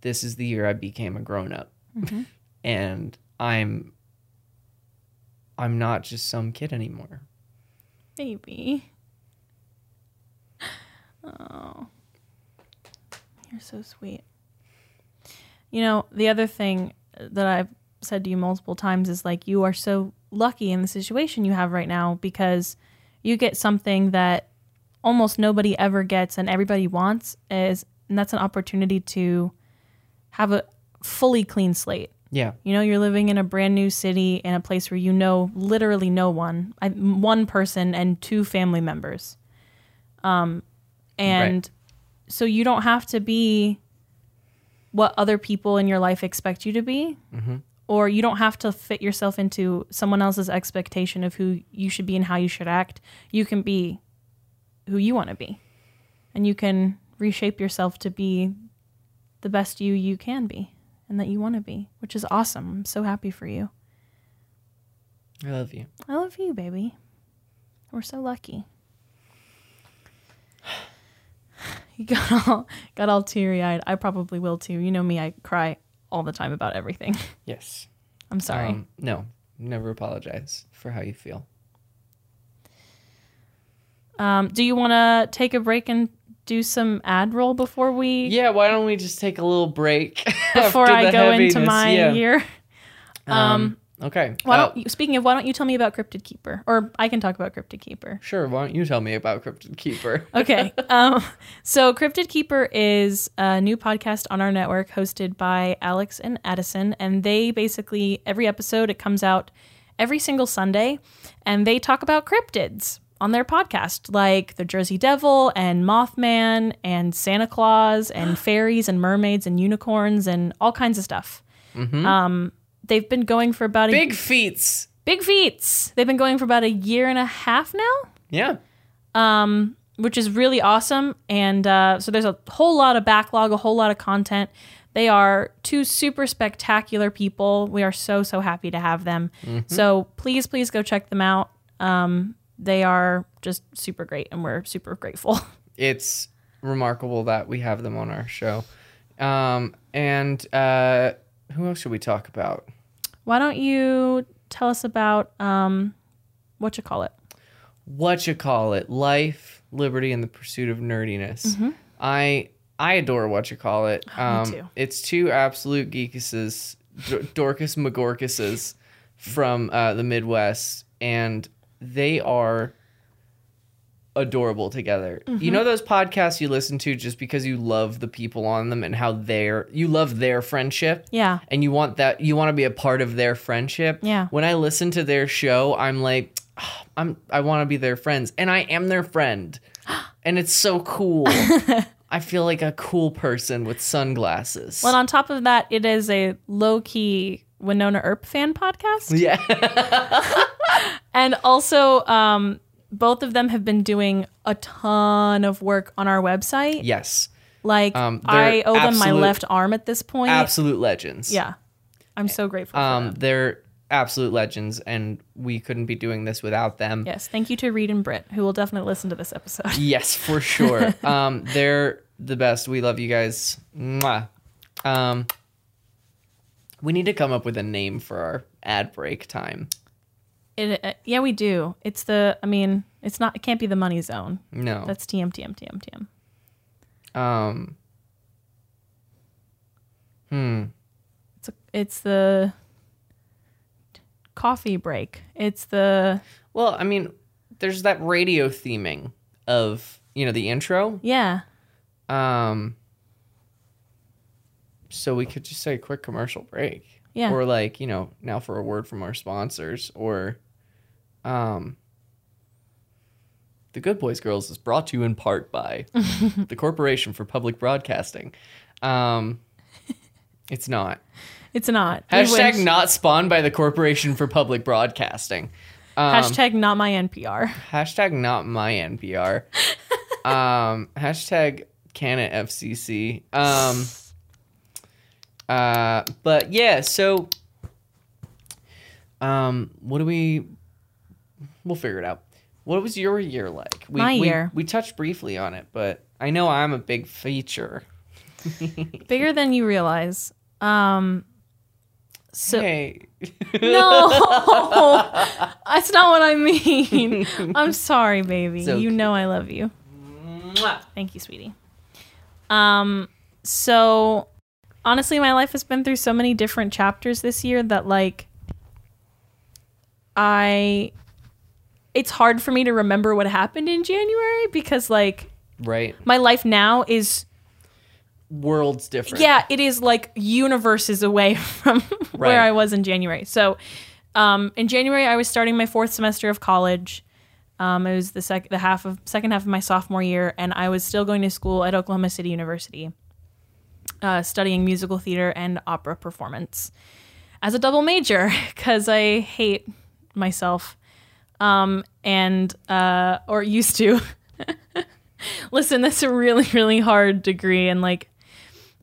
this is the year i became a grown-up Mm-hmm. and i'm i'm not just some kid anymore Baby. Oh. You're so sweet. You know, the other thing that I've said to you multiple times is like, you are so lucky in the situation you have right now because you get something that almost nobody ever gets and everybody wants is and that's an opportunity to have a fully clean slate yeah You know, you're living in a brand new city in a place where you know literally no one, I, one person and two family members. Um, and Right. so you don't have to be what other people in your life expect you to be, or you don't have to fit yourself into someone else's expectation of who you should be and how you should act. You can be who you want to be, and you can reshape yourself to be the best you you can be and that you want to be, which is awesome. I'm so happy for you. I love you. I love you, baby. We're so lucky. You got all got all teary eyed. I probably will too. You know me, I cry all the time about everything. Yes. I'm sorry. Um, no, never apologize for how you feel. Um, do you want to take a break and do some ad roll before we Yeah, why don't we just take a little break before after I the go into heaviness? my yeah. year? Um, okay. Why Uh, don't you, speaking of, why don't you tell me about Cryptid Keeper? Or I can talk about Cryptid Keeper. sure. Why don't you tell me about Cryptid Keeper? okay. Um, so, Cryptid Keeper is a new podcast on our network hosted by Alex and Addison. And they basically, every episode, it comes out every single Sunday, and they talk about cryptids on their podcast, like the Jersey Devil and Mothman and Santa Claus and fairies and mermaids and unicorns and all kinds of stuff. Um, they've been going for about a Big feats. big feats. They've been going for about a year and a half now Yeah. which is really awesome. And uh, so there's a whole lot of backlog, a whole lot of content. They are two super spectacular people. We are so, so happy to have them. So please, please go check them out. Um, they are just super great, and we're super grateful. It's remarkable that we have them on our show. Um, and uh, who else should we talk about? Why don't you tell us about um, what you call it? what you call it life liberty and the pursuit of nerdiness i i adore what you call it um Mm-hmm. too. it's two absolute geekuses D- dorcas mcgorkuses from uh, the midwest and they are adorable together you Mm-hmm. know those podcasts you listen to just because you love the people on them and how they're you love their friendship Yeah. and you want that you want to be a part of their friendship. Yeah. When I listen to their show, I'm like, "Ah, I'm I want to be their friends, and I am their friend, and it's so cool. I feel like a cool person with sunglasses. Well, and on top of that, it is a low key Winona Earp fan podcast. yeah, And also, um, both of them have been doing a ton of work on our website. yes, Like Um, they're I owe them my absolute- left arm at this point. absolute legends. Yeah, I'm so grateful. for um, them. they're absolute legends, and we couldn't be doing this without them. Yes, thank you to Reed and Britt, who will definitely listen to this episode. Yes, for sure. um, they're the best. We love you guys. Mwah. Um, we need to come up with a name for our ad break time. It, uh, yeah, we do. It's the. I mean, it's not. It can't be the money zone. No. That's TM TM TM TM. um. It's a, it's the coffee break. It's the Well, I mean, there's that radio theming of you know the intro. yeah. Um, so we could just say quick commercial break. Yeah. Or like you know now for a word from our sponsors or, um. The Good Boys Girls is brought to you in part by the Corporation for Public Broadcasting. Um, it's not. It's not. We Hashtag wish. not spawned by the Corporation for Public Broadcasting. Um, Hashtag not my NPR. Hashtag not my NPR. um, hashtag Canna FCC. Um, uh, but yeah, so um, what do we? We'll figure it out. What was your year like? We, My we- year. We touched briefly on it, but I know I'm a big feature. Bigger than you realize. Um so hey, No That's not what I mean. I'm sorry, baby. It's okay. You know I love you. Mwah. Thank you, sweetie. Um, so honestly, my life has been through so many different chapters this year that like I it's hard for me to remember what happened in January because like right? my life now is Worlds different. yeah, it is like universes away from where Right. I was in January. So, um, in January, I was starting my fourth semester of college. Um, it was the sec- the half of second half of my sophomore year, and I was still going to school at Oklahoma City University, uh, studying musical theater and opera performance as a double major because I hate myself um, and uh, or used to. Listen, that's a really really hard degree, and like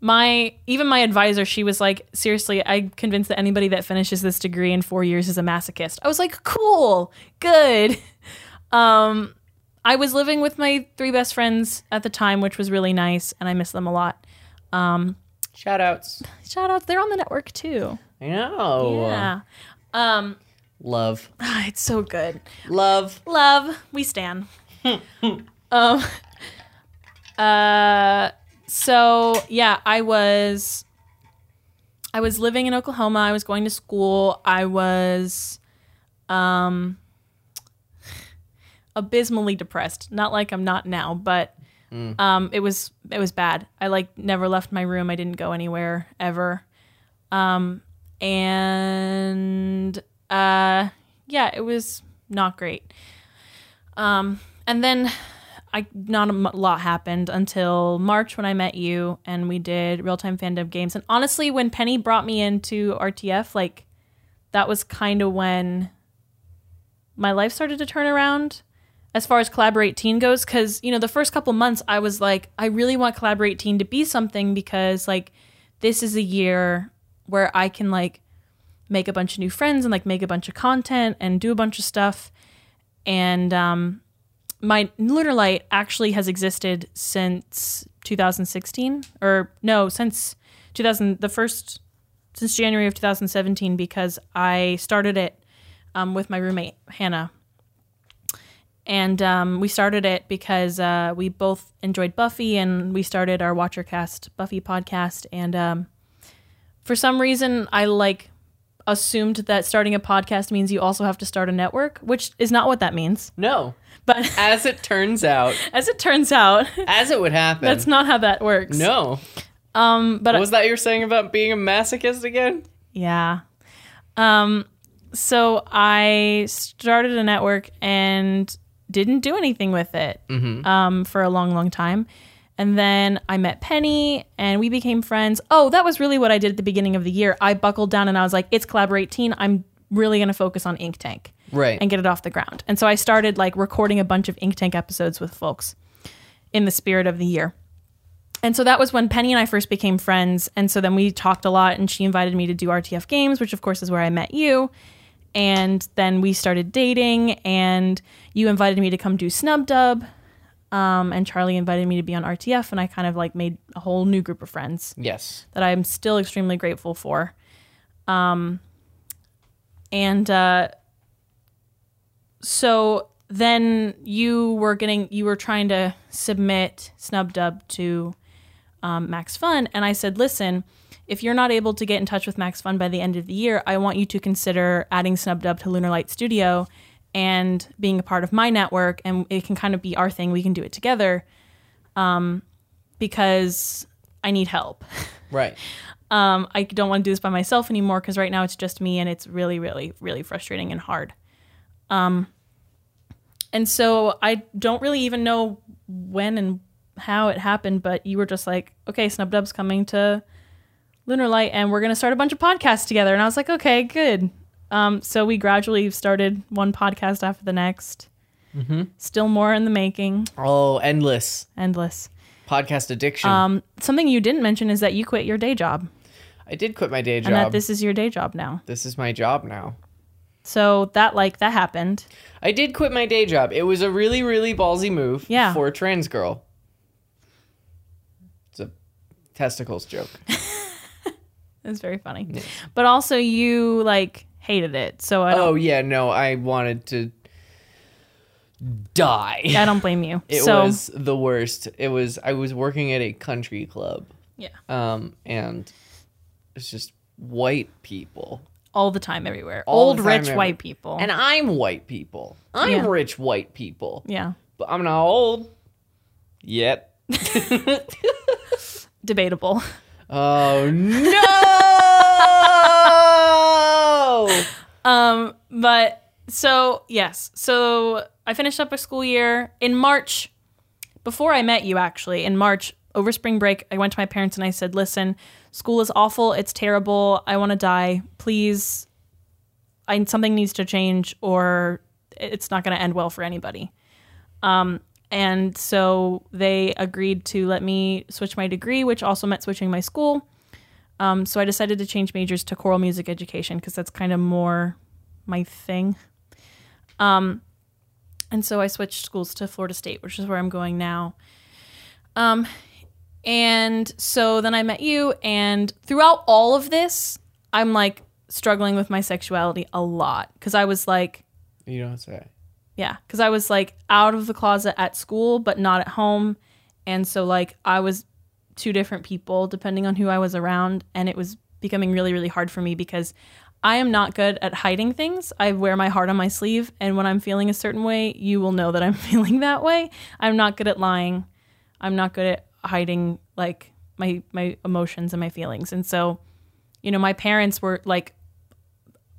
my even my advisor she was like seriously i'm convinced that anybody that finishes this degree in four years is a masochist i was like cool good um i was living with my three best friends at the time which was really nice and i miss them a lot Shout outs. shout outs they're on the network too I know. yeah Love. it's so good Love. love we stand um uh so yeah i was i was living in oklahoma i was going to school i was um abysmally depressed not like i'm not now but um it was it was bad i like never left my room i didn't go anywhere ever um and uh yeah, it was not great. Um, and then I not a m- lot happened until March when I met you and we did real time fandom games. And honestly, when Penny brought me into RTF, like that was kind of when my life started to turn around as far as Collaborate Teen goes. Cause, you know, the first couple months I was like, I really want Collaborate Teen to be something because, like, this is a year where I can, like, make a bunch of new friends and like make a bunch of content and do a bunch of stuff. And um, my Lunar Light actually has existed since 2016, or no, since 2000, the first, since January of 2017, because I started it um, with my roommate Hannah. And um, we started it because uh, we both enjoyed Buffy, and we started our WatcherCast Buffy podcast. And um, for some reason, I like assumed that starting a podcast means you also have to start a network, which is not what that means. No. But As it turns out, as it turns out, as it would happen. that's not how that works. No. Um, but What was that you were saying about being a masochist again? yeah. Um, so I started a network and didn't do anything with it um, for a long, long time. And then I met Penny and we became friends. Oh, that was really what I did at the beginning of the year. I buckled down and I was like, it's Collaborate Teen. I'm really going to focus on Ink Tank. Right. and get it off the ground. And so I started like recording a bunch of Ink Tank episodes with folks in the spirit of the year. And so that was when Penny and I first became friends. And so then we talked a lot, and she invited me to do RTF games, which of course is where I met you. And then we started dating, and you invited me to come do Snub Dub. Um, and Charlie invited me to be on RTF, and I kind of like made a whole new group of friends yes. that I'm still extremely grateful for. Um, and uh, so then you were getting, you were trying to submit Snub Dub to um, Max Fun, and I said, listen, if you're not able to get in touch with Max Fun by the end of the year, I want you to consider adding Snubdub to Lunar Light Studio and being a part of my network, and it can kind of be our thing. We can do it together um, because I need help. Right. Um, I don't want to do this by myself anymore because right now it's just me and it's really, really, really frustrating and hard. Um, and so I don't really even know when and how it happened, but you were just like, okay, Snub Dub's coming to Lunar Light and we're going to start a bunch of podcasts together. And I was like, okay, good. Um, so we gradually started one podcast after the next. Still more in the making, Oh, endless endless. podcast addiction. Um, something you didn't mention is that you quit your day job I did quit my day and that job. this is your day job now. this is my job now. So that like that happened. I did quit my day job. It was a really, really ballsy move Yeah. for a trans girl. It's a testicles joke. It was very funny. But also you like hated it. So I don't oh, yeah, no, I wanted to die. I don't blame you. Oh. It so was the worst. It was, I was working at a country club, yeah. um, and it's just white people. All the time everywhere. All Old the time, rich every- white people. And I'm white people. I'm Oh. Yeah. rich white people. yeah. But I'm not old yet. Debatable. Oh no! Um but so yes. So I finished up a school year in March before I met you actually. In March over spring break, I went to my parents and I said, "Listen, school is awful. It's terrible. I want to die. Please I, something needs to change or it's not going to end well for anybody. Um, and so they agreed to let me switch my degree, which also meant switching my school. Um, so I decided to change majors to choral music education because that's kind of more my thing. Um, and so I switched schools to Florida State, which is where I'm going now. Um, And so then I met you, and throughout all of this, I'm like struggling with my sexuality a lot because I was like, you don't say. yeah, because I was like out of the closet at school, but not at home. And so, like, I was two different people depending on who I was around. And it was becoming really, really hard for me because I am not good at hiding things. I wear my heart on my sleeve. And when I'm feeling a certain way, you will know that I'm feeling that way. I'm not good at lying. I'm not good at hiding, like, my, my emotions and my feelings. And so, you know, my parents were like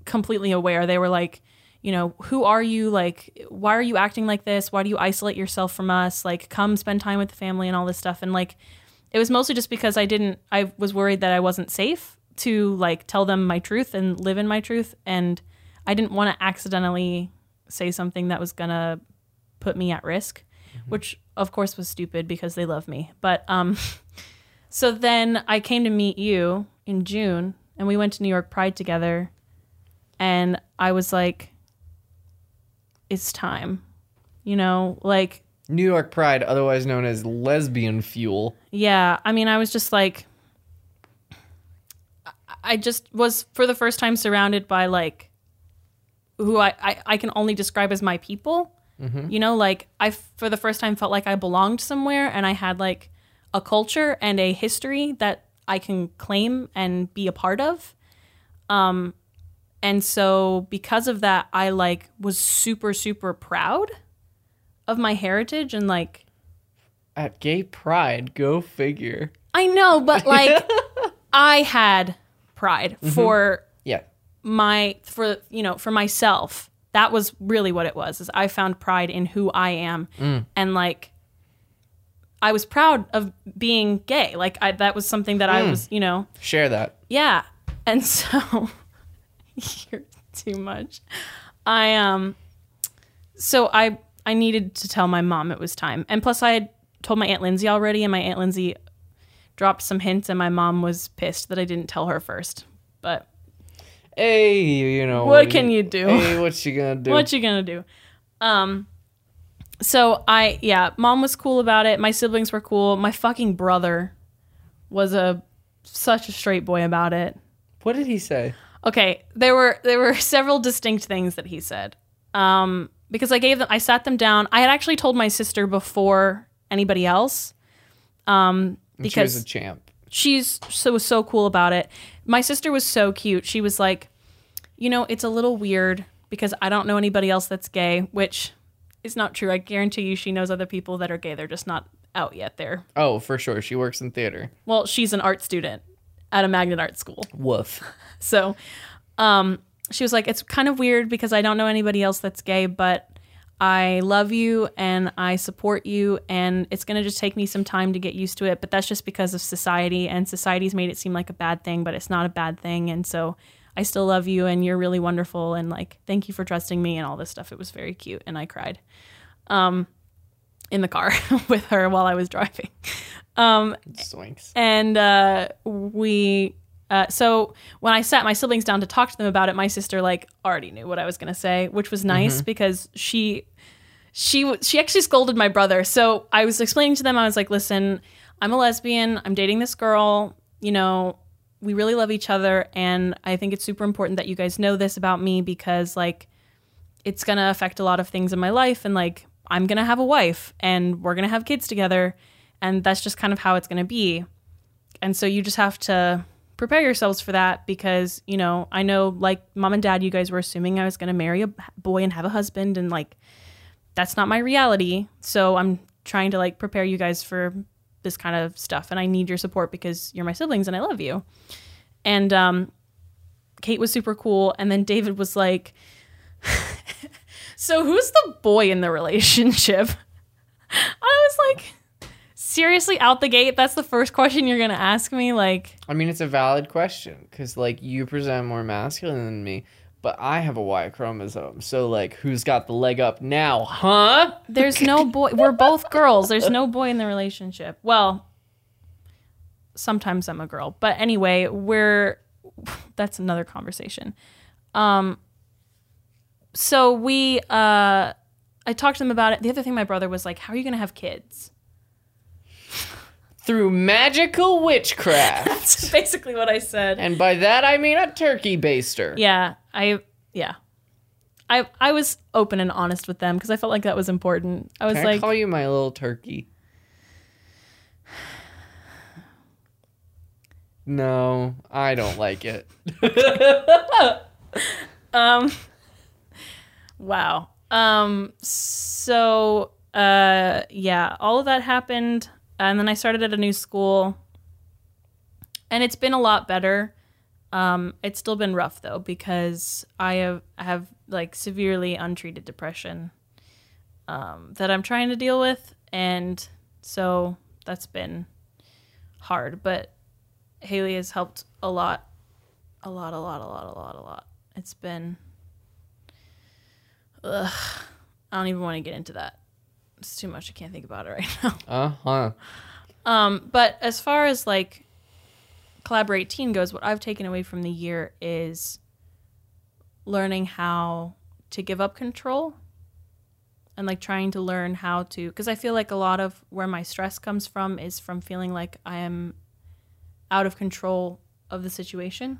completely aware. They were like, you know, who are you? Like, why are you acting like this? Why do you isolate yourself from us? Like, come spend time with the family and all this stuff. And like, it was mostly just because I didn't, I was worried that I wasn't safe to like tell them my truth and live in my truth. And I didn't want to accidentally say something that was going to put me at risk, which of course was stupid because they love me. But, um, so then I came to meet you in June and we went to New York Pride together and I was like, it's time. You know, like, New York Pride, otherwise known as lesbian fuel. yeah, I mean, I was just like, I- I just was for the first time surrounded by like who I, I, I can only describe as my people. You know, like, I f- for the first time felt like I belonged somewhere and I had like a culture and a history that I can claim and be a part of. Um, and so because of that i like was super super proud of my heritage and like At gay pride, go figure. i know but like i had pride for Yeah. my for you know for myself that was really what it was is i found pride in who i am and like i was proud of being gay like I, that was something that i was you know Share that. Yeah. And so you're too much. I um so I I needed to tell my mom it was time. And plus I had told my aunt Lindsay already and my aunt Lindsay dropped some hints and my mom was pissed that I didn't tell her first. But Hey, you know what do can you do? Hey, what you gonna do? What you gonna do? Um, so I yeah, mom was cool about it. My siblings were cool. My fucking brother was a such a straight boy about it. what did he say? Okay, there were there were several distinct things that he said. Um, because I gave them, I sat them down. I had actually told my sister before anybody else. Um, she was because a champ. she's so was so cool about it. My sister was so cute. She was like, you know, it's a little weird because I don't know anybody else that's gay, which is not true. I guarantee you, she knows other people that are gay. They're just not out yet. There. Oh, for sure. She works in theater. Well, she's an art student at a magnet art school, Woof. so um, she was like, it's kind of weird because I don't know anybody else that's gay, but. I love you and I support you, and it's gonna just take me some time to get used to it. But that's just because of society, and society's made it seem like a bad thing, but it's not a bad thing. And so I still love you, and you're really wonderful, and like, thank you for trusting me, and all this stuff. It was very cute, and I cried um, in the car with her while I was driving. Zoinks. And uh, we, uh, so when I sat my siblings down to talk to them about it, my sister like already knew what I was gonna say, which was nice because she, she, w- she actually scolded my brother. So I was explaining to them, I was like, listen, I'm a lesbian, I'm dating this girl, you know, we really love each other, and I think it's super important that you guys know this about me because like it's going to affect a lot of things in my life and like I'm going to have a wife and we're going to have kids together and that's just kind of how it's going to be. And so you just have to prepare yourselves for that because, you know, I know like mom and dad you guys were assuming I was going to marry a boy and have a husband and like that's not my reality. So I'm trying to like prepare you guys for this kind of stuff and I need your support because you're my siblings and I love you. And um Kate was super cool and then David was like so who's the boy in the relationship? I was like, seriously, out the gate, that's the first question you're gonna ask me. Like, I mean, it's a valid question because, like, you present more masculine than me, but I have a Y chromosome. So, like, who's got the leg up now, huh? there's no boy. We're both girls. There's no boy in the relationship. Well, sometimes I'm a girl, but anyway, we're. That's another conversation. Um, so we, uh, I talked to them about it. The other thing, my brother was like, "How are you gonna have kids?" Through magical witchcraft. That's basically what I said. and by that, I mean a turkey baster. Yeah, I yeah. I I was open and honest with them because I felt like that was important. I was Can I like, call you my little turkey? No, I don't like it. wow. Um so uh yeah, all of that happened and then I started at a new school. And it's been a lot better. Um it's still been rough though because I have I have like severely untreated depression um that I'm trying to deal with and so that's been hard, but Haley has helped a lot, a lot, a lot, a lot, a lot, a lot. It's been. Ugh, I don't even want to get into that. It's too much. I can't think about it right now. Um, Uh huh. But as far as like Collaborate Teen goes, what I've taken away from the year is learning how to give up control and like trying to learn how to because I feel like a lot of where my stress comes from is from feeling like I am out of control of the situation.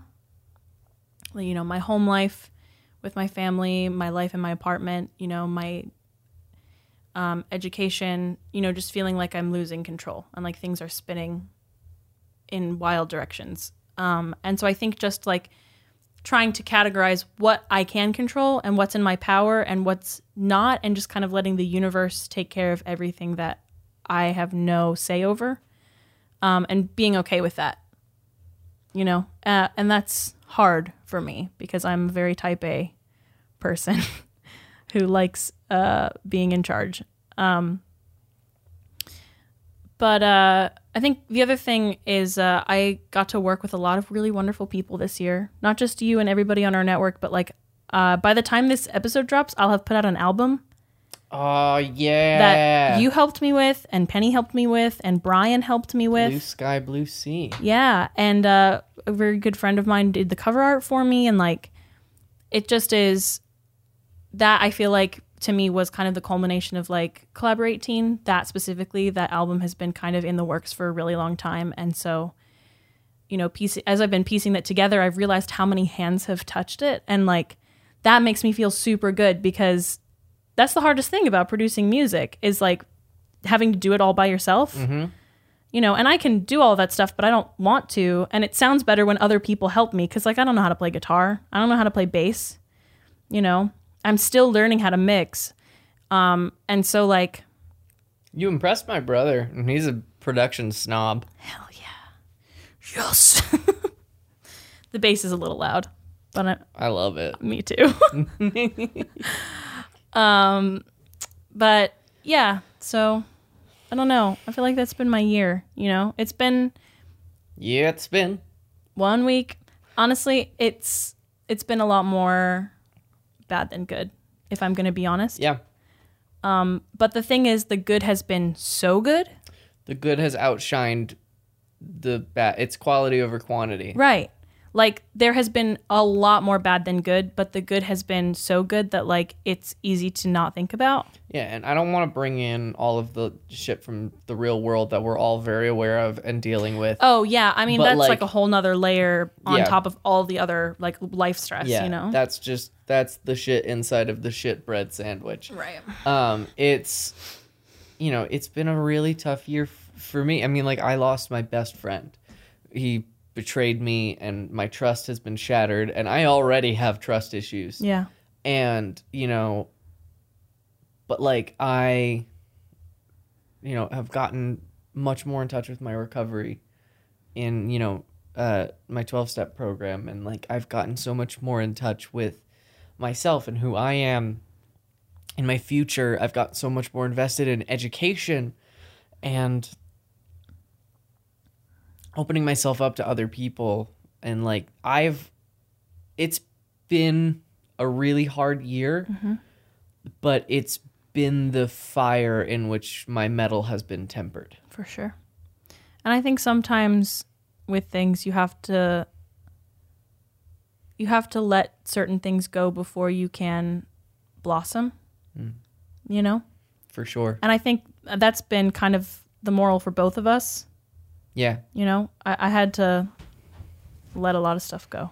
Like, You know, my home life with my family, my life in my apartment, you know, my um, education, you know, just feeling like I'm losing control and like things are spinning in wild directions. Um, and so I think just like trying to categorize what I can control and what's in my power and what's not, and just kind of letting the universe take care of everything that I have no say over um, and being okay with that, you know, uh, and that's hard for me because I'm a very type A person who likes uh, being in charge. Um, but uh, I think the other thing is uh, I got to work with a lot of really wonderful people this year, not just you and everybody on our network, but like uh, by the time this episode drops, I'll have put out an album Oh yeah. that you helped me with, and Penny helped me with, and Brian helped me with. blue sky, blue sea. Yeah, and uh, a very good friend of mine did the cover art for me, and like, it just is that I feel like to me was kind of the culmination of like collaborate teen that specifically that album has been kind of in the works for a really long time, and so you know, piece as I've been piecing that together, I've realized how many hands have touched it, and like that makes me feel super good because that's the hardest thing about producing music is like having to do it all by yourself you know, and I can do all that stuff, but I don't want to. And it sounds better when other people help me because, like, I don't know how to play guitar. I don't know how to play bass. You know, I'm still learning how to mix. Um, and so, like, You impressed my brother, and he's a production snob. yes, the bass is a little loud, but I, I love it. me too. um, but yeah, so I don't know. I feel like that's been my year. You know, it's been Yeah, it's been. one week. Honestly, it's it's been a lot more bad than good, if I'm gonna be honest. Yeah. But the thing is, the good has been so good. The good has outshined the bad. It's quality over quantity. Right. Like there has been a lot more bad than good, but the good has been so good that like it's easy to not think about. Yeah, and I don't want to bring in all of the shit from the real world that we're all very aware of and dealing with. Oh yeah, I mean But, that's like, like- a whole nother layer on Yeah. top of all the other like life stress, yeah, you know. that's just that's the shit inside of the shit bread sandwich. right. um it's you know it's been a really tough year f- for me i mean like i lost my best friend he betrayed me and my trust has been shattered and i already have trust issues Yeah. and you know but like i you know have gotten much more in touch with my recovery in you know uh my 12 step program and like i've gotten so much more in touch with myself and who i am in my future i've gotten so much more invested in education and opening myself up to other people and like i've it's been a really hard year but it's been the fire in which my metal has been tempered For sure. And I think sometimes with things you have to you have to let certain things go before you can blossom. You know? for sure And I think that's been kind of the moral for both of us. yeah You know, I, I had to let a lot of stuff go.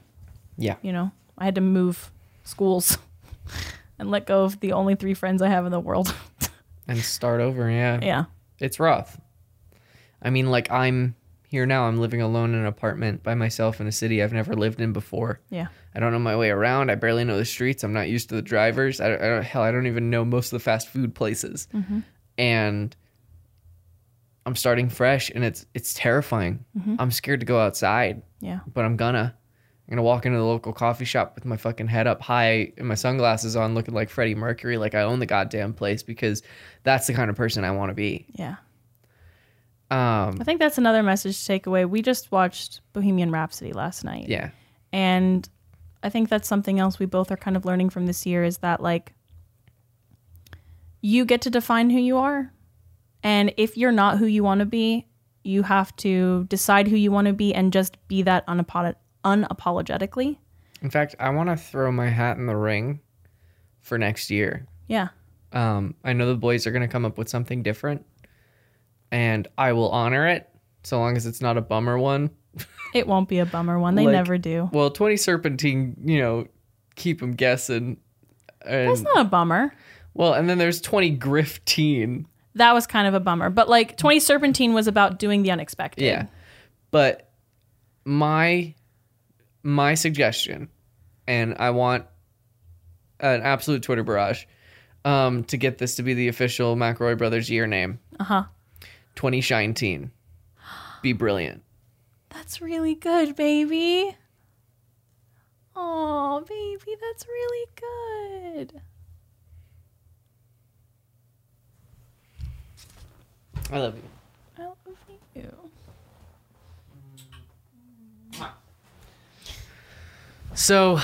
yeah You know, I had to move schools and let go of the only three friends I have in the world. and start over yeah. yeah. it's rough i mean like i'm here now i'm living alone in an apartment by myself in a city i've never lived in before Yeah. i don't know my way around i barely know the streets i'm not used to the drivers i, don't- I don't hell i don't even know most of the fast food places and i'm starting fresh and it's it's terrifying i'm scared to go outside Yeah. but I'm gonna. I'm gonna walk into the local coffee shop with my fucking head up high and my sunglasses on, looking like Freddie Mercury, like I own the goddamn place because that's the kind of person I want to be. Yeah. Um, I think that's another message to take away. We just watched Bohemian Rhapsody last night. yeah, And I think that's something else we both are kind of learning from this year is that like you get to define who you are. And if you're not who you want to be, you have to decide who you want to be and just be that unapo- unapologetically. in fact, I want to throw my hat in the ring for next year. Yeah. Um, I know the boys are gonna come up with something different, and I will honor it so long as it's not a bummer one. It won't be a bummer one. They Like- never do. Well, twenty serpentine, you know, keep them guessing. And, That's not a bummer. well, and then there's twenty grifteen. That was kind of a bummer. But like 20 Serpentine was about doing the unexpected. Yeah. But my my suggestion, and I want an absolute Twitter barrage um, to get this to be the official McRoy Brothers year name. Uh Uh-huh. Twenty Shine Be brilliant. That's really good, baby. Oh, baby, that's really good. I love you. I love you. So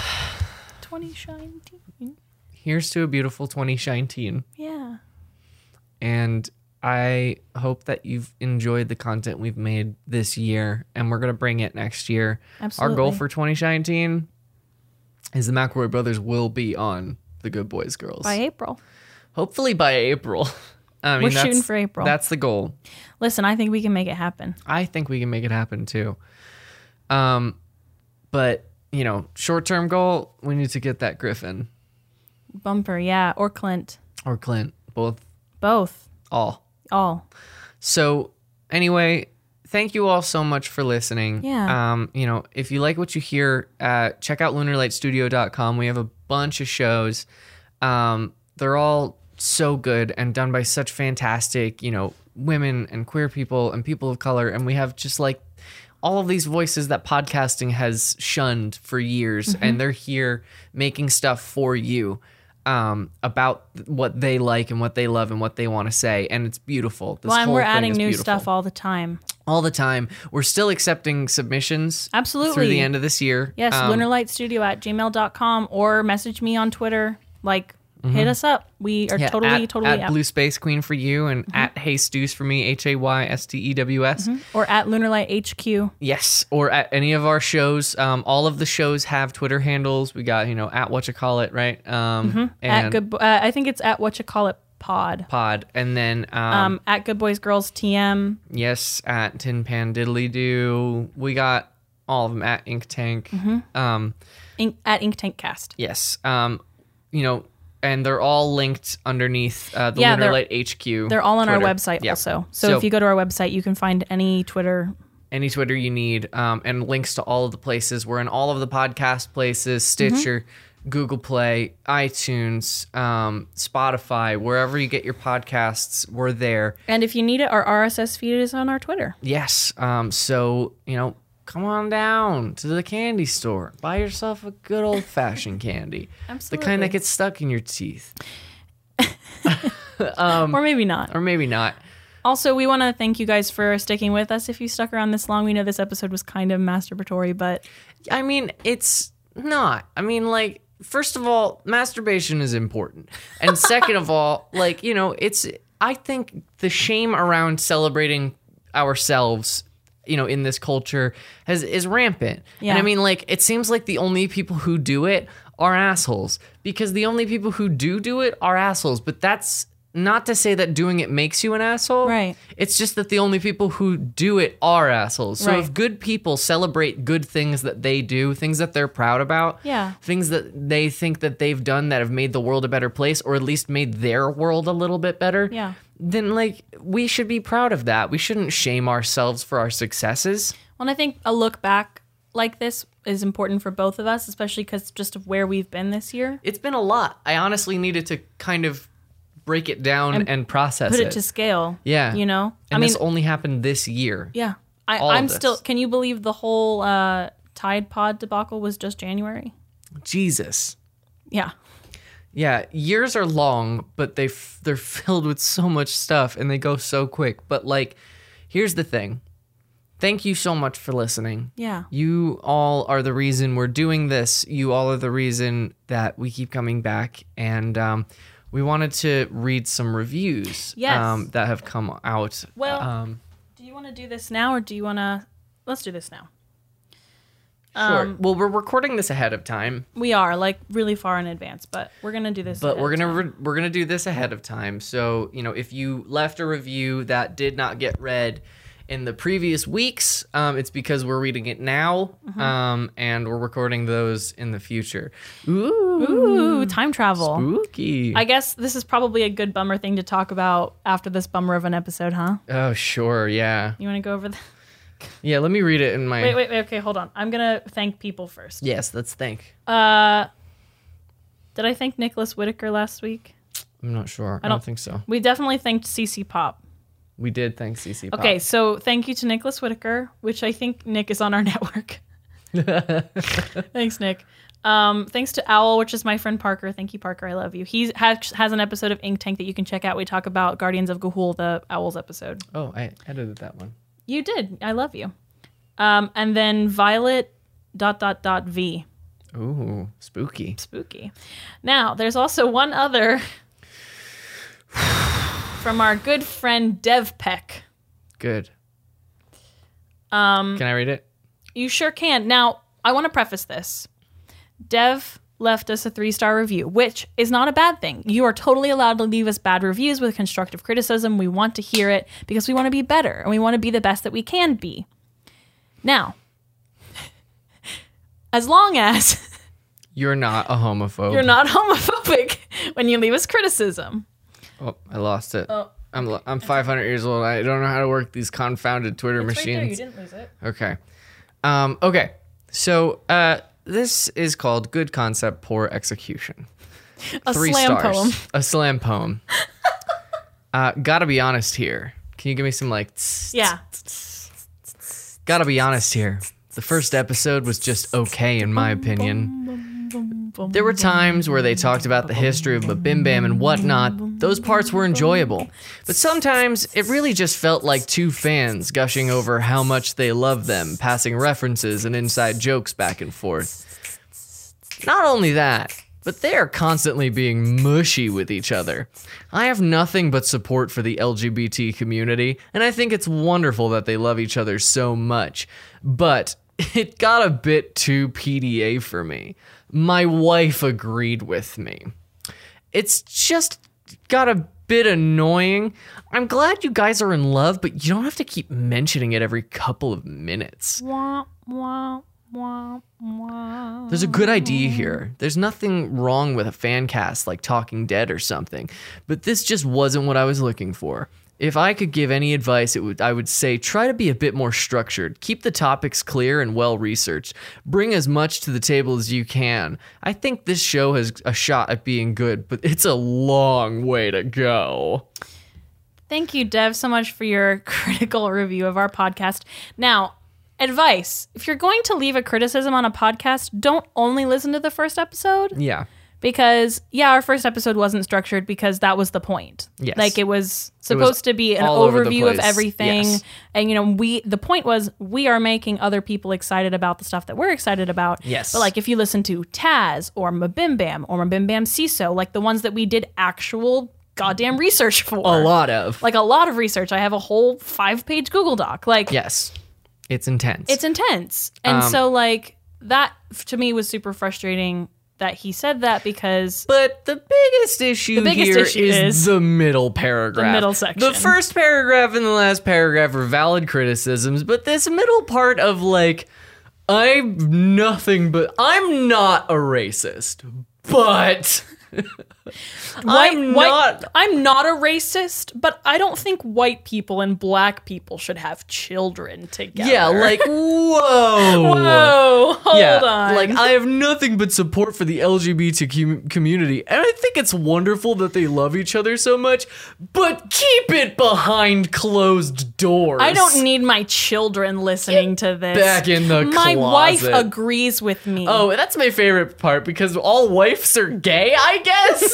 2019. here's to a beautiful twenty Shine Yeah. and I hope that you've enjoyed the content we've made this year, and we're gonna bring it next year. Our goal Absolutely. for 2019 is the McElroy brothers will be on the Good Boys Girls. By April. Hopefully by April. I mean, We're that's- shooting for April. That's the goal. Listen, I think we can make it happen. I think we can make it happen too. Um, but you know, short term goal, we need to get that Griffin Bumper, yeah. Or Clint. or Clint, both, Both. all. All. So anyway, thank you all so much for listening. Yeah. Um, you know, if you like what you hear, uh, check out lunarlightstudio.com. We have a bunch of shows. Um, they're all so good and done by such fantastic, you know, women and queer people and people of color. And we have just like all of these voices that podcasting has shunned for years, Mm-hmm. and they're here making stuff for you um, about what they like and what they love and what they want to say. And it's beautiful. This Well, and whole we're thing adding is new beautiful stuff all the time. all the time. We're still accepting submissions through Absolutely. the end of this year. Yes, Um, lunarlightstudio at gmail.com or message me on Twitter. Like, hit us up. We are Mm-hmm. yeah, totally, at, totally Mm-hmm. at up. Blue Space Queen for you and at Hey Stews for me, H A Y S T E W S. or at lunarlight HQ. Yes, or at any of our shows. Um, all of the shows have Twitter handles. We got you know at what you call it, right? Um, and at good, Bo- uh, I think it's at what you call it pod. pod, and then um, Um, at Good Boys Girls TM. yes, at Tin Pan Diddly Do. We got all of them at Ink Tank. Mm-hmm. Um, Ink, at Ink Tank Cast. Yes. Um, you know, and they're all linked underneath uh, the Yeah, Lunar they're- Light HQ. They're all on our Twitter. website Yeah. also. So, So- if you go to our website, you can find any Twitter. Any Twitter you need, um, and links to all of the places. We're in all of the podcast places: Stitcher, Google Play, iTunes, um, Spotify, wherever you get your podcasts. We're there. And if you need it, our RSS feed is on our Twitter. Yes. Um, so you know, come on down to the candy store. Buy yourself a good old fashioned candy. The kind Absolutely. that gets stuck in your teeth, Um, or maybe not. or maybe not. Also, we want to thank you guys for sticking with us. If you stuck around this long, we know this episode was kind of masturbatory, but I mean, it's not. I mean, like, first of all, masturbation is important. And second of all, like, you know, it's, I think the shame around celebrating ourselves you know in this culture has is rampant Yeah. and i mean like it seems like the only people who do it are assholes because the only people who do do it are assholes but that's not to say that doing it makes you an asshole Right. it's just that the only people who do it are assholes so Right. if good people celebrate good things that they do, things that they're proud about. Yeah. Things that they think that they've done that have made the world a better place or at least made their world a little bit better. Yeah. Then like we should be proud of that. We shouldn't shame ourselves for our successes. Well, and I think a look back like this is important for both of us, especially because just of where we've been this year. It's been a lot. I honestly needed to kind of break it down and, process Put it. it to scale. yeah. You know? And I mean, this only happened this year. yeah. I, all of I'm this. still, can you believe the whole uh, Tide Pod debacle was just January? Jesus. Yeah. Yeah, years are long, but they f- they're filled with so much stuff and they go so quick. But like, here's the thing. Thank you so much for listening. Yeah. You all are the reason we're doing this. You all are the reason that we keep coming back. And um, we wanted to read some reviews Yes. um, that have come out. Well- um, Do you want to do this now or do you want to? Let's do this now. sure. Um, well, we're recording this ahead of time. We are like really far in advance, but we're going to do this. but ahead we're of gonna time. re- we're gonna do this ahead of time so you know if you left a review that did not get read in the previous weeks um, it's because we're reading it now Mm-hmm. um, and we're recording those in the future ooh, Ooh, time travel. spooky I guess this is probably a good bummer thing to talk about after this bummer of an episode, huh? oh sure yeah You want to go over the. yeah let me read it in my Wait, wait, wait. Okay, hold on. I'm going to thank people first. yes let's think Uh, did I thank Nicholas Whitaker last week? i'm not sure i don't, don't- think so We definitely thanked CC Pop. we did thank cc Pop. Okay, so thank you to Nicholas Whitaker, which I think Nick is on our network. Thanks, Nick. Um, thanks to Owl, which is my friend Parker. Thank you, Parker. I love you. He has, has an episode of Ink Tank that you can check out. We talk about Guardians of Gahul, the Owls episode. oh i edited that one You did. I love you. Um, and then Violet dot dot dot V. ooh spooky Spooky. Now, there's also one other from our good friend Dev Peck. good um can i read it You sure can. Now, I want to preface this. Dev left us a three star review, which is not a bad thing. You are totally allowed to leave us bad reviews with constructive criticism. We want to hear it because we want to be better and we want to be the best that we can be. Now, as long as you're not a homophobe you're not homophobic when you leave us criticism. Oh, I lost it. Oh, I'm l- I'm 500 years old. I don't know how to work these confounded Twitter machines. didn't lose it. Okay. Um, okay. So uh, this is called Good Concept, Poor Execution. A slam poem. A slam poem. uh, gotta be honest here. Can you give me some like? tss, Yeah. Gotta be honest here. The first episode was just okay, in my opinion. There were times where they talked about the history of Bim Bam and whatnot. Those parts were enjoyable. But sometimes it really just felt like two fans gushing over how much they love them, passing references and inside jokes back and forth. Not only that, but they are constantly being mushy with each other. I have nothing but support for the LGBT community, and I think it's wonderful that they love each other so much. But it got a bit too PDA for me. My wife agreed with me. It's just got a bit annoying. I'm glad you guys are in love, but you don't have to keep mentioning it every couple of minutes. Wah, wah, wah, wah. There's a good idea here. There's nothing wrong with a fan cast like Talking Dead or something, but this just wasn't what I was looking for. If I could give any advice, it would I would say try to be a bit more structured. Keep the topics clear and well researched. Bring as much to the table as you can. I think this show has a shot at being good, but it's a long way to go. Thank you, Dev, so much for your critical review of our podcast. Now, advice if you're going to leave a criticism on a podcast, don't only listen to the first episode. Yeah. because yeah our first episode wasn't structured because that was the point Yes. like it was supposed to be an all over the overview of place. everything Yes. and you know we the point was we are making other people excited about the stuff that we're excited about Yes. but like if you listen to taz or mabim bam or mabim bam ciso like the ones that we did actual goddamn research for A lot of. like a lot of research i have a whole five page google doc like yes. Um, It's intense. it's intense and so like that f- to me was super frustrating that he said that because But the biggest issue biggest here issue is is the middle paragraph. the middle section. The first paragraph and the last paragraph are valid criticisms, but this middle part of like, I'm nothing but I'm not a racist, but White- I'm white- not. I'm not a racist, but I don't think white people and black people should have children together. Yeah, like whoa, whoa, hold yeah, on. like I have nothing but support for the LGBT com- community, and I think it's wonderful that they love each other so much. But keep it behind closed doors. I don't need my children listening to this. back in the my closet. wife agrees with me. Oh, that's my favorite part because all wives are gay, I guess.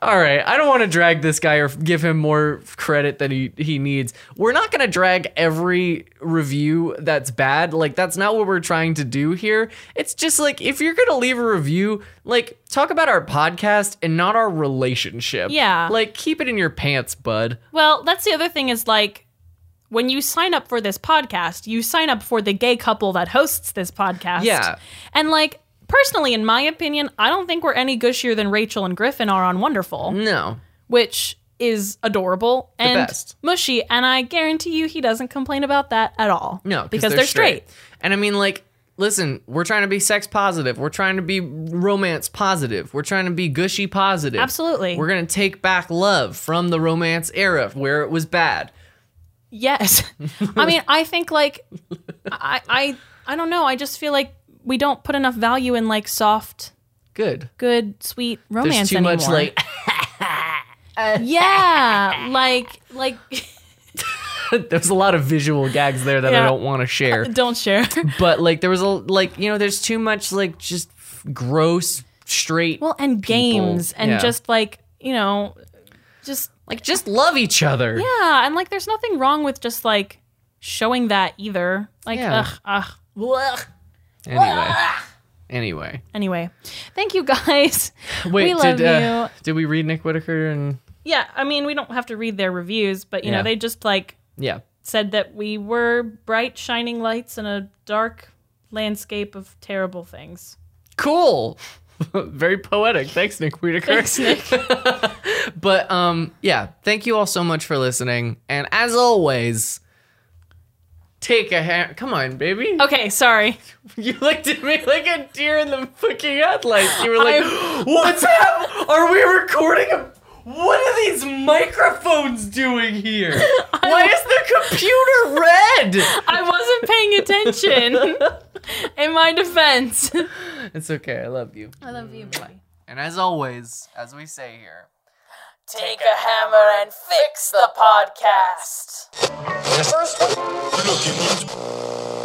all right, I don't want to drag this guy or give him more credit than he, he needs. We're not going to drag every review that's bad. Like, that's not what we're trying to do here. It's just like, if you're going to leave a review, like, talk about our podcast and not our relationship. Yeah. Like, keep it in your pants, bud. Well, that's the other thing is like when you sign up for this podcast, you sign up for the gay couple that hosts this podcast. Yeah. and like. Personally, in my opinion, I don't think we're any gushier than Rachel and Griffin are on Wonderful. No. which is adorable and best. mushy. And I guarantee you, he doesn't complain about that at all. No, because they're, straight. And I mean, like, listen, we're trying to be sex positive. We're trying to be romance positive. We're trying to be gushy positive. Absolutely. We're gonna take back love from the romance era where it was bad. Yes. I mean, I think like I, I I don't know. I just feel like we don't put enough value in like soft, Good. good, sweet There's romance too anymore. much like yeah, like like there's a lot of visual gags there that I Yeah. don't want to share. don't share. But like there was a like you know there's too much like just f- gross straight Well, and games and Yeah. just like you know, just like just love each other. Yeah, and like there's nothing wrong with just like showing that either. Like Yeah. ugh, ugh, blech. Anyway. Anyway. Anyway, thank you guys. Wait, we love did uh, did we read Nick Whitaker and you. Yeah, I mean we don't have to read their reviews, but you Yeah. know they just like yeah. said that we were bright shining lights in a dark landscape of terrible things. cool very poetic thanks nick whitaker Thanks, Nick. but um yeah thank you all so much for listening and as always take a hand come on baby Okay, sorry. you looked at me like a deer in the fucking headlights you were like I'm- what's up are we recording a What are these microphones doing here? Why is the computer red? I wasn't paying attention. In my defense. It's okay. I love you. I love you, baby. And as always, as we say here, Take a hammer and fix the podcast. Look at me.